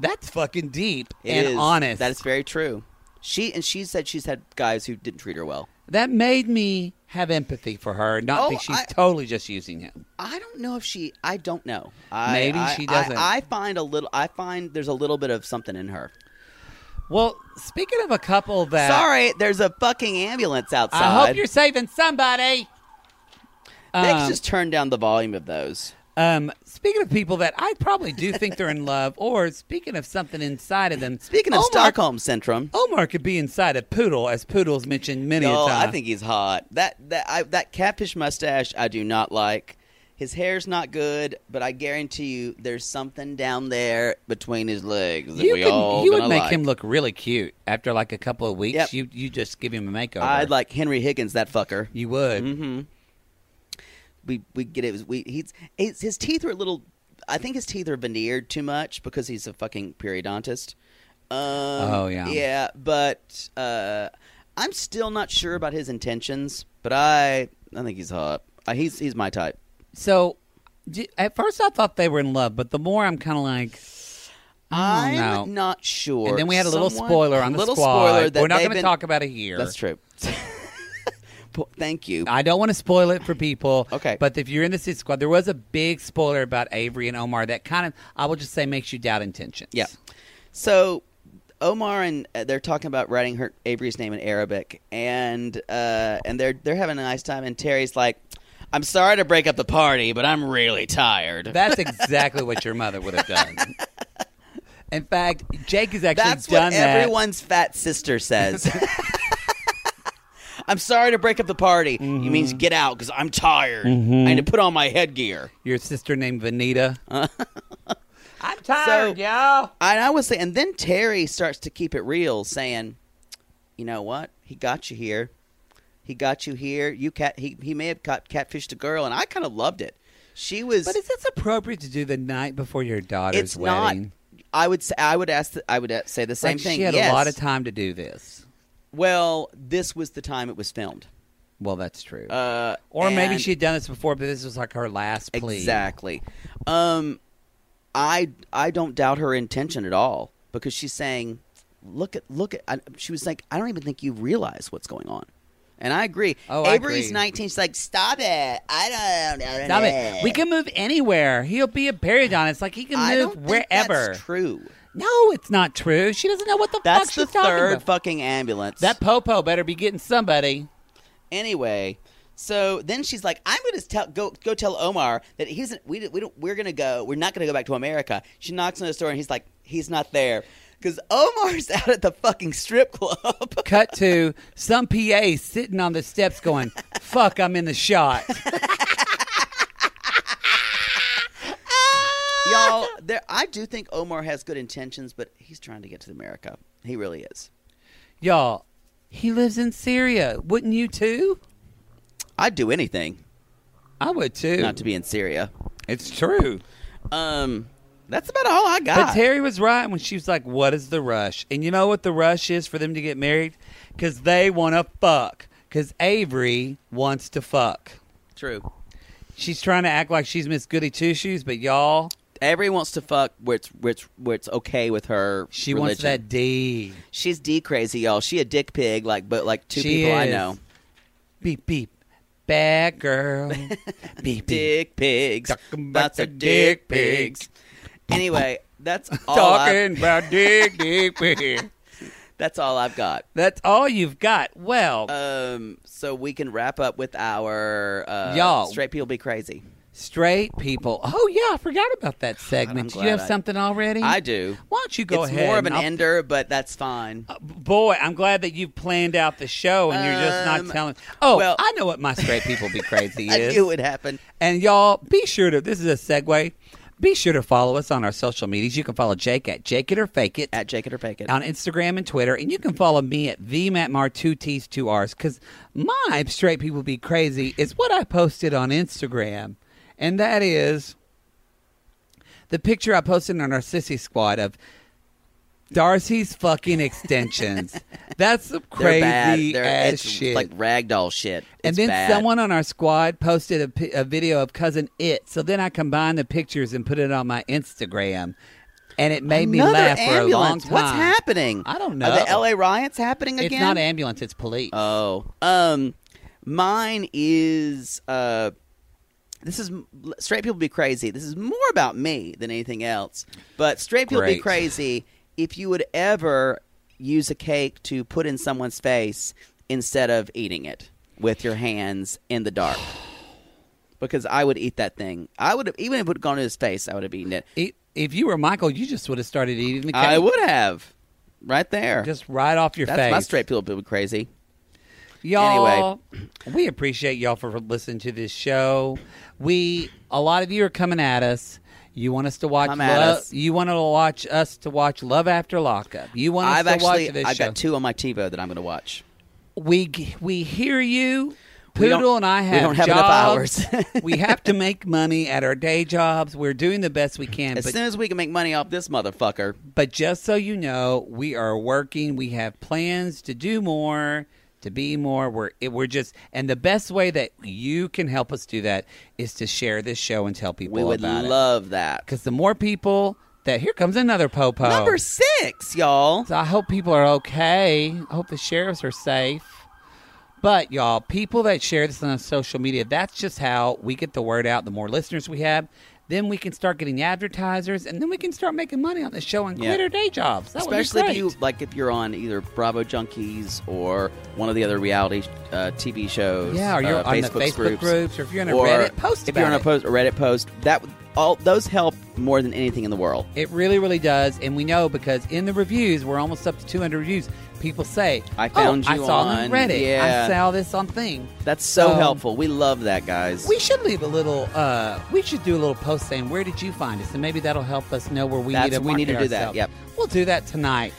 Speaker 1: that's fucking deep
Speaker 2: It
Speaker 1: and
Speaker 2: is.
Speaker 1: honest.
Speaker 2: That is very true. She and she said she's had guys who didn't treat her well.
Speaker 1: that made me have empathy for her, and not
Speaker 2: Oh,
Speaker 1: think she's
Speaker 2: I-
Speaker 1: totally just using him.
Speaker 2: I don't know if she. I don't know. I,
Speaker 1: Maybe
Speaker 2: I-
Speaker 1: she doesn't.
Speaker 2: I, I find a little. I find there's a little bit of something in her.
Speaker 1: Well, speaking of a couple that
Speaker 2: Sorry, there's a fucking ambulance outside.
Speaker 1: Uh, I hope you're saving somebody.
Speaker 2: They
Speaker 1: Um,
Speaker 2: just turn down the volume of those.
Speaker 1: um, speaking of people that I probably do think they're in love, or speaking of something inside of them.
Speaker 2: Speaking of
Speaker 1: Omar-
Speaker 2: Stockholm syndrome,
Speaker 1: Omar could be inside a poodle, as poodles mentioned many a
Speaker 2: y'all,
Speaker 1: time.
Speaker 2: I think he's hot. That that I, that catfish mustache, I do not like. His hair's not good, but I guarantee you, there's something down there between his legs that
Speaker 1: you,
Speaker 2: we
Speaker 1: could-
Speaker 2: all
Speaker 1: you would
Speaker 2: gonna
Speaker 1: make
Speaker 2: like.
Speaker 1: him look really cute after like a couple of weeks.
Speaker 2: Yep.
Speaker 1: You you just give him a makeover.
Speaker 2: I'd like Mm-hmm. Henry Higgins, that fucker.
Speaker 1: you would.
Speaker 2: we we get it. We he's his, his teeth are a little. I think his teeth are veneered too much because he's a fucking periodontist. Um, oh
Speaker 1: yeah.
Speaker 2: yeah. But uh, I'm still not sure about his intentions. But I I think he's hot. Uh, he's he's my type.
Speaker 1: So d- at first I thought they were in love, but the more I'm kind of like, I don't
Speaker 2: I'm
Speaker 1: know.
Speaker 2: not sure.
Speaker 1: Mm, And then we had a little
Speaker 2: Someone-
Speaker 1: spoiler on the
Speaker 2: little
Speaker 1: squad.
Speaker 2: spoiler that
Speaker 1: We're not
Speaker 2: they've
Speaker 1: going to
Speaker 2: been-
Speaker 1: talk about it here.
Speaker 2: That's true. [LAUGHS] Po- Thank you.
Speaker 1: I don't want to spoil it for people.
Speaker 2: Okay.
Speaker 1: But if you're in the Sith Squad, there was a big spoiler about Avery and Omar that kind of, I will just say, makes you doubt intentions.
Speaker 2: Yeah. So Omar and uh, they're talking about writing her Avery's name in Arabic, and uh, and they're they're having a nice time. And Terry's like, "I'm sorry to break up the party, but I'm really tired." [LAUGHS]
Speaker 1: That's exactly what your mother would have done. In fact, Jake has actually
Speaker 2: That's
Speaker 1: done
Speaker 2: what everyone's fat sister says. [LAUGHS] I'm sorry to break up the party. You means get out because I'm tired. I need to put on my headgear.
Speaker 1: that. Your sister named Vanita. I'm
Speaker 2: tired,
Speaker 1: y'all.
Speaker 2: And I was saying, and then Terry starts to keep it real, saying, "You know what? He got you here. He got you here. You cat. He he may have cat catfished a girl, and I kind of loved it. She was.
Speaker 1: But is this appropriate to do the night before your daughter's
Speaker 2: it's not.
Speaker 1: wedding?
Speaker 2: I would say I would ask. The, I would a- say the same
Speaker 1: Like,
Speaker 2: thing.
Speaker 1: She had
Speaker 2: Yes.
Speaker 1: a lot of time to do this.
Speaker 2: Well, this was the time it was filmed.
Speaker 1: Well, that's true.
Speaker 2: Uh,
Speaker 1: or maybe
Speaker 2: and-
Speaker 1: she had done this before, but this was like her last plea.
Speaker 2: Exactly. Um, I I don't doubt her intention at all because she's saying, "Look at look at." I, she was like, "I don't even think you realize what's going on," and I agree.
Speaker 1: Oh, I
Speaker 2: Avery's
Speaker 1: agree.
Speaker 2: nineteen. She's like, "Stop it! I don't." I don't
Speaker 1: Stop
Speaker 2: know."
Speaker 1: it. We can move anywhere. He'll be a periodontist. Like he can
Speaker 2: I
Speaker 1: move
Speaker 2: don't think
Speaker 1: wherever.
Speaker 2: That's true.
Speaker 1: No, it's not true. She doesn't know what the fuck
Speaker 2: That's the
Speaker 1: she's talking
Speaker 2: third
Speaker 1: about.
Speaker 2: fucking ambulance.
Speaker 1: that popo better be getting somebody.
Speaker 2: anyway. So then she's like, "I'm going to tell go go tell Omar that he doesn't. We, don't- we don't, we're going to go. We're not going to go back to America." She knocks on his door and he's like, "He's not there." Because Omar's [LAUGHS] out at the fucking strip club.
Speaker 1: [LAUGHS] Cut to some PA sitting on the steps going, "Fuck, I'm in
Speaker 2: [LAUGHS]
Speaker 1: the shot."
Speaker 2: Y'all, there, I do think Omar has good intentions, but he's trying to get to America. He really is.
Speaker 1: Y'all, he lives in Syria. Wouldn't you too?
Speaker 2: I'd do anything
Speaker 1: I would too.
Speaker 2: not to be in Syria.
Speaker 1: It's true.
Speaker 2: Um, that's about all I got.
Speaker 1: But Terry was right when she was like, "What is the rush?" And you know what the rush is for them to get married? Because they want to fuck. Because Avery wants to fuck.
Speaker 2: True.
Speaker 1: She's trying to act like she's Miss Goody Two Shoes, but y'all,
Speaker 2: Avery wants to fuck where it's, where it's, where it's okay with her.
Speaker 1: she
Speaker 2: religion.
Speaker 1: wants that D.
Speaker 2: She's D crazy, y'all. She a dick pig, like but like two
Speaker 1: She
Speaker 2: people I
Speaker 1: is.
Speaker 2: know.
Speaker 1: Beep beep,
Speaker 2: [LAUGHS]
Speaker 1: bad girl. beep beep.
Speaker 2: Dick pigs.
Speaker 1: Talking about
Speaker 2: Lots
Speaker 1: the
Speaker 2: of dick
Speaker 1: dick
Speaker 2: pigs. Anyway, that's
Speaker 1: [LAUGHS]
Speaker 2: all.
Speaker 1: Talking
Speaker 2: I've,
Speaker 1: about dick dick beep.
Speaker 2: that's all I've got.
Speaker 1: That's all you've got. Well,
Speaker 2: Um, so we can wrap up with our uh,
Speaker 1: Y'all.
Speaker 2: straight people be crazy.
Speaker 1: straight people. Oh yeah, I forgot about that segment. Did
Speaker 2: glad
Speaker 1: you have
Speaker 2: I-
Speaker 1: something already?
Speaker 2: I do.
Speaker 1: Why don't you go
Speaker 2: it's
Speaker 1: ahead?
Speaker 2: more of
Speaker 1: and
Speaker 2: an
Speaker 1: I'll- uh,
Speaker 2: ender, but that's fine.
Speaker 1: Boy, I'm glad that you've planned out the show and you're just
Speaker 2: Um,
Speaker 1: not telling. Oh,
Speaker 2: well-
Speaker 1: I know what my straight people be
Speaker 2: [LAUGHS]
Speaker 1: crazy
Speaker 2: I
Speaker 1: is.
Speaker 2: knew it would happen.
Speaker 1: And y'all, be sure to, this is a segue. Be sure to follow us on our social medias. You can follow Jake at Jake It or Fake It.
Speaker 2: At Jake it or fake it.
Speaker 1: on Instagram and Twitter, and you can follow me at vmatmar two T's two R's because my straight people be crazy is what I posted on Instagram, and that is the picture I posted on our sissy squad of Darcy's fucking extensions.
Speaker 2: [LAUGHS]
Speaker 1: That's some
Speaker 2: They're bad.
Speaker 1: crazy
Speaker 2: They're-
Speaker 1: ass
Speaker 2: it's
Speaker 1: shit.
Speaker 2: like ragdoll shit.
Speaker 1: and
Speaker 2: It's
Speaker 1: then
Speaker 2: bad.
Speaker 1: someone on our squad posted a, pi- a video of cousin it. So then I combined the pictures and put it on my Instagram, and it made
Speaker 2: Another
Speaker 1: me laugh for a long
Speaker 2: ambulance.
Speaker 1: time.
Speaker 2: What's happening?
Speaker 1: I don't
Speaker 2: Are
Speaker 1: know.
Speaker 2: the LA riots happening again?
Speaker 1: It's not ambulance. It's police.
Speaker 2: Oh, um, mine is uh, this is straight people be crazy. This is more about me than anything else. But straight people be
Speaker 1: Great.
Speaker 2: crazy. If you would ever use a cake to put in someone's face instead of eating it with your hands in the dark. [SIGHS] Because I would eat that thing. I would have, even if it had gone to his face, I would have eaten it.
Speaker 1: I- if you were Michael, you just would have started eating the cake.
Speaker 2: I would have. Right there.
Speaker 1: Just right off your
Speaker 2: That's
Speaker 1: face.
Speaker 2: my straight people be crazy.
Speaker 1: Y'all, we appreciate y'all for listening to this show. We a lot of you are coming at us. You want us to watch
Speaker 2: Come at
Speaker 1: Lo-
Speaker 2: us.
Speaker 1: you want to watch us to watch Love After Lockup. You want us
Speaker 2: I've
Speaker 1: to
Speaker 2: actually
Speaker 1: watch this
Speaker 2: I've
Speaker 1: show.
Speaker 2: got two on my TiVo that I'm going to watch.
Speaker 1: we g- we hear you.
Speaker 2: We don't-
Speaker 1: Poodle and I
Speaker 2: we
Speaker 1: have
Speaker 2: don't have
Speaker 1: jobs.
Speaker 2: enough hours. [LAUGHS]
Speaker 1: we have to make money at our day jobs. We're doing the best we can.
Speaker 2: As
Speaker 1: but
Speaker 2: soon as we can make money off this motherfucker,
Speaker 1: But just so you know, we are working. We have plans to do more, to be more. We're it- we're just and the best way that you can help us do that is to share this show and tell people
Speaker 2: we would
Speaker 1: about it.
Speaker 2: love that.
Speaker 1: Because the more people that here comes another popo.
Speaker 2: Number six, y'all.
Speaker 1: So I hope people are okay. I hope the sheriffs are safe. But y'all, people that share this on social media, that's just how we get the word out. The more listeners we have, then we can start getting advertisers, and then we can start making money on the show and
Speaker 2: Yeah.
Speaker 1: quit our day jobs. That would be
Speaker 2: Especially if
Speaker 1: great.
Speaker 2: you like, if you're on either Bravo Junkies or one of the other reality uh, TV shows.
Speaker 1: yeah, or you're
Speaker 2: uh,
Speaker 1: on the Facebook groups, or if you're in a
Speaker 2: or
Speaker 1: Reddit post
Speaker 2: If you're on
Speaker 1: about
Speaker 2: a
Speaker 1: it.
Speaker 2: post, a Reddit post, that would- all those help more than anything in the world.
Speaker 1: It really, really does, and we know because in the reviews, we're almost up to 200 reviews. People say,
Speaker 2: I found
Speaker 1: oh,
Speaker 2: you
Speaker 1: I saw
Speaker 2: on-
Speaker 1: it on Reddit.
Speaker 2: yeah.
Speaker 1: I saw this on thing."
Speaker 2: That's so
Speaker 1: Um,
Speaker 2: helpful. We love that, guys.
Speaker 1: We should leave a little. uh We should do a little post saying, "Where did you find us?" And maybe that'll help us know where we
Speaker 2: That's-
Speaker 1: need to.
Speaker 2: we need to
Speaker 1: market
Speaker 2: do that,
Speaker 1: ourselves.
Speaker 2: yep.
Speaker 1: we'll do that tonight.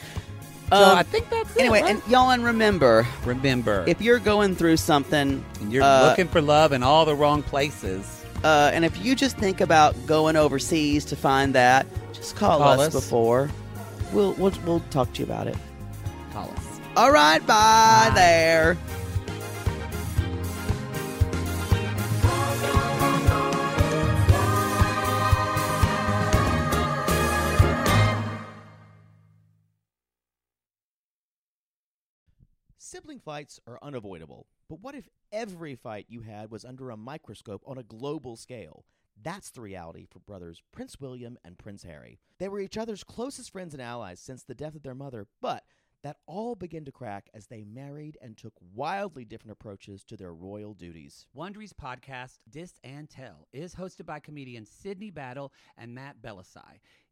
Speaker 1: so
Speaker 2: Um,
Speaker 1: I think that's
Speaker 2: anyway,
Speaker 1: It, right?
Speaker 2: and y'all, and remember,
Speaker 1: remember
Speaker 2: if you're going through something,
Speaker 1: you're
Speaker 2: uh,
Speaker 1: looking for love in all the wrong places.
Speaker 2: uh, and if you just think about going overseas to find that, just call,
Speaker 1: Call
Speaker 2: us,
Speaker 1: us.
Speaker 2: before. We'll, we'll we'll talk to you about it.
Speaker 1: Call us.
Speaker 2: All right, bye. there.
Speaker 4: Sibling fights are unavoidable, but what if every fight you had was under a microscope on a global scale? That's the reality for brothers Prince William and Prince Harry. They were each other's closest friends and allies since the death of their mother, but that all began to crack as they married and took wildly different approaches to their royal duties.
Speaker 5: Wondery's podcast, Dis and Tell, is hosted by comedians Sydney Battle and Matt Bellassai.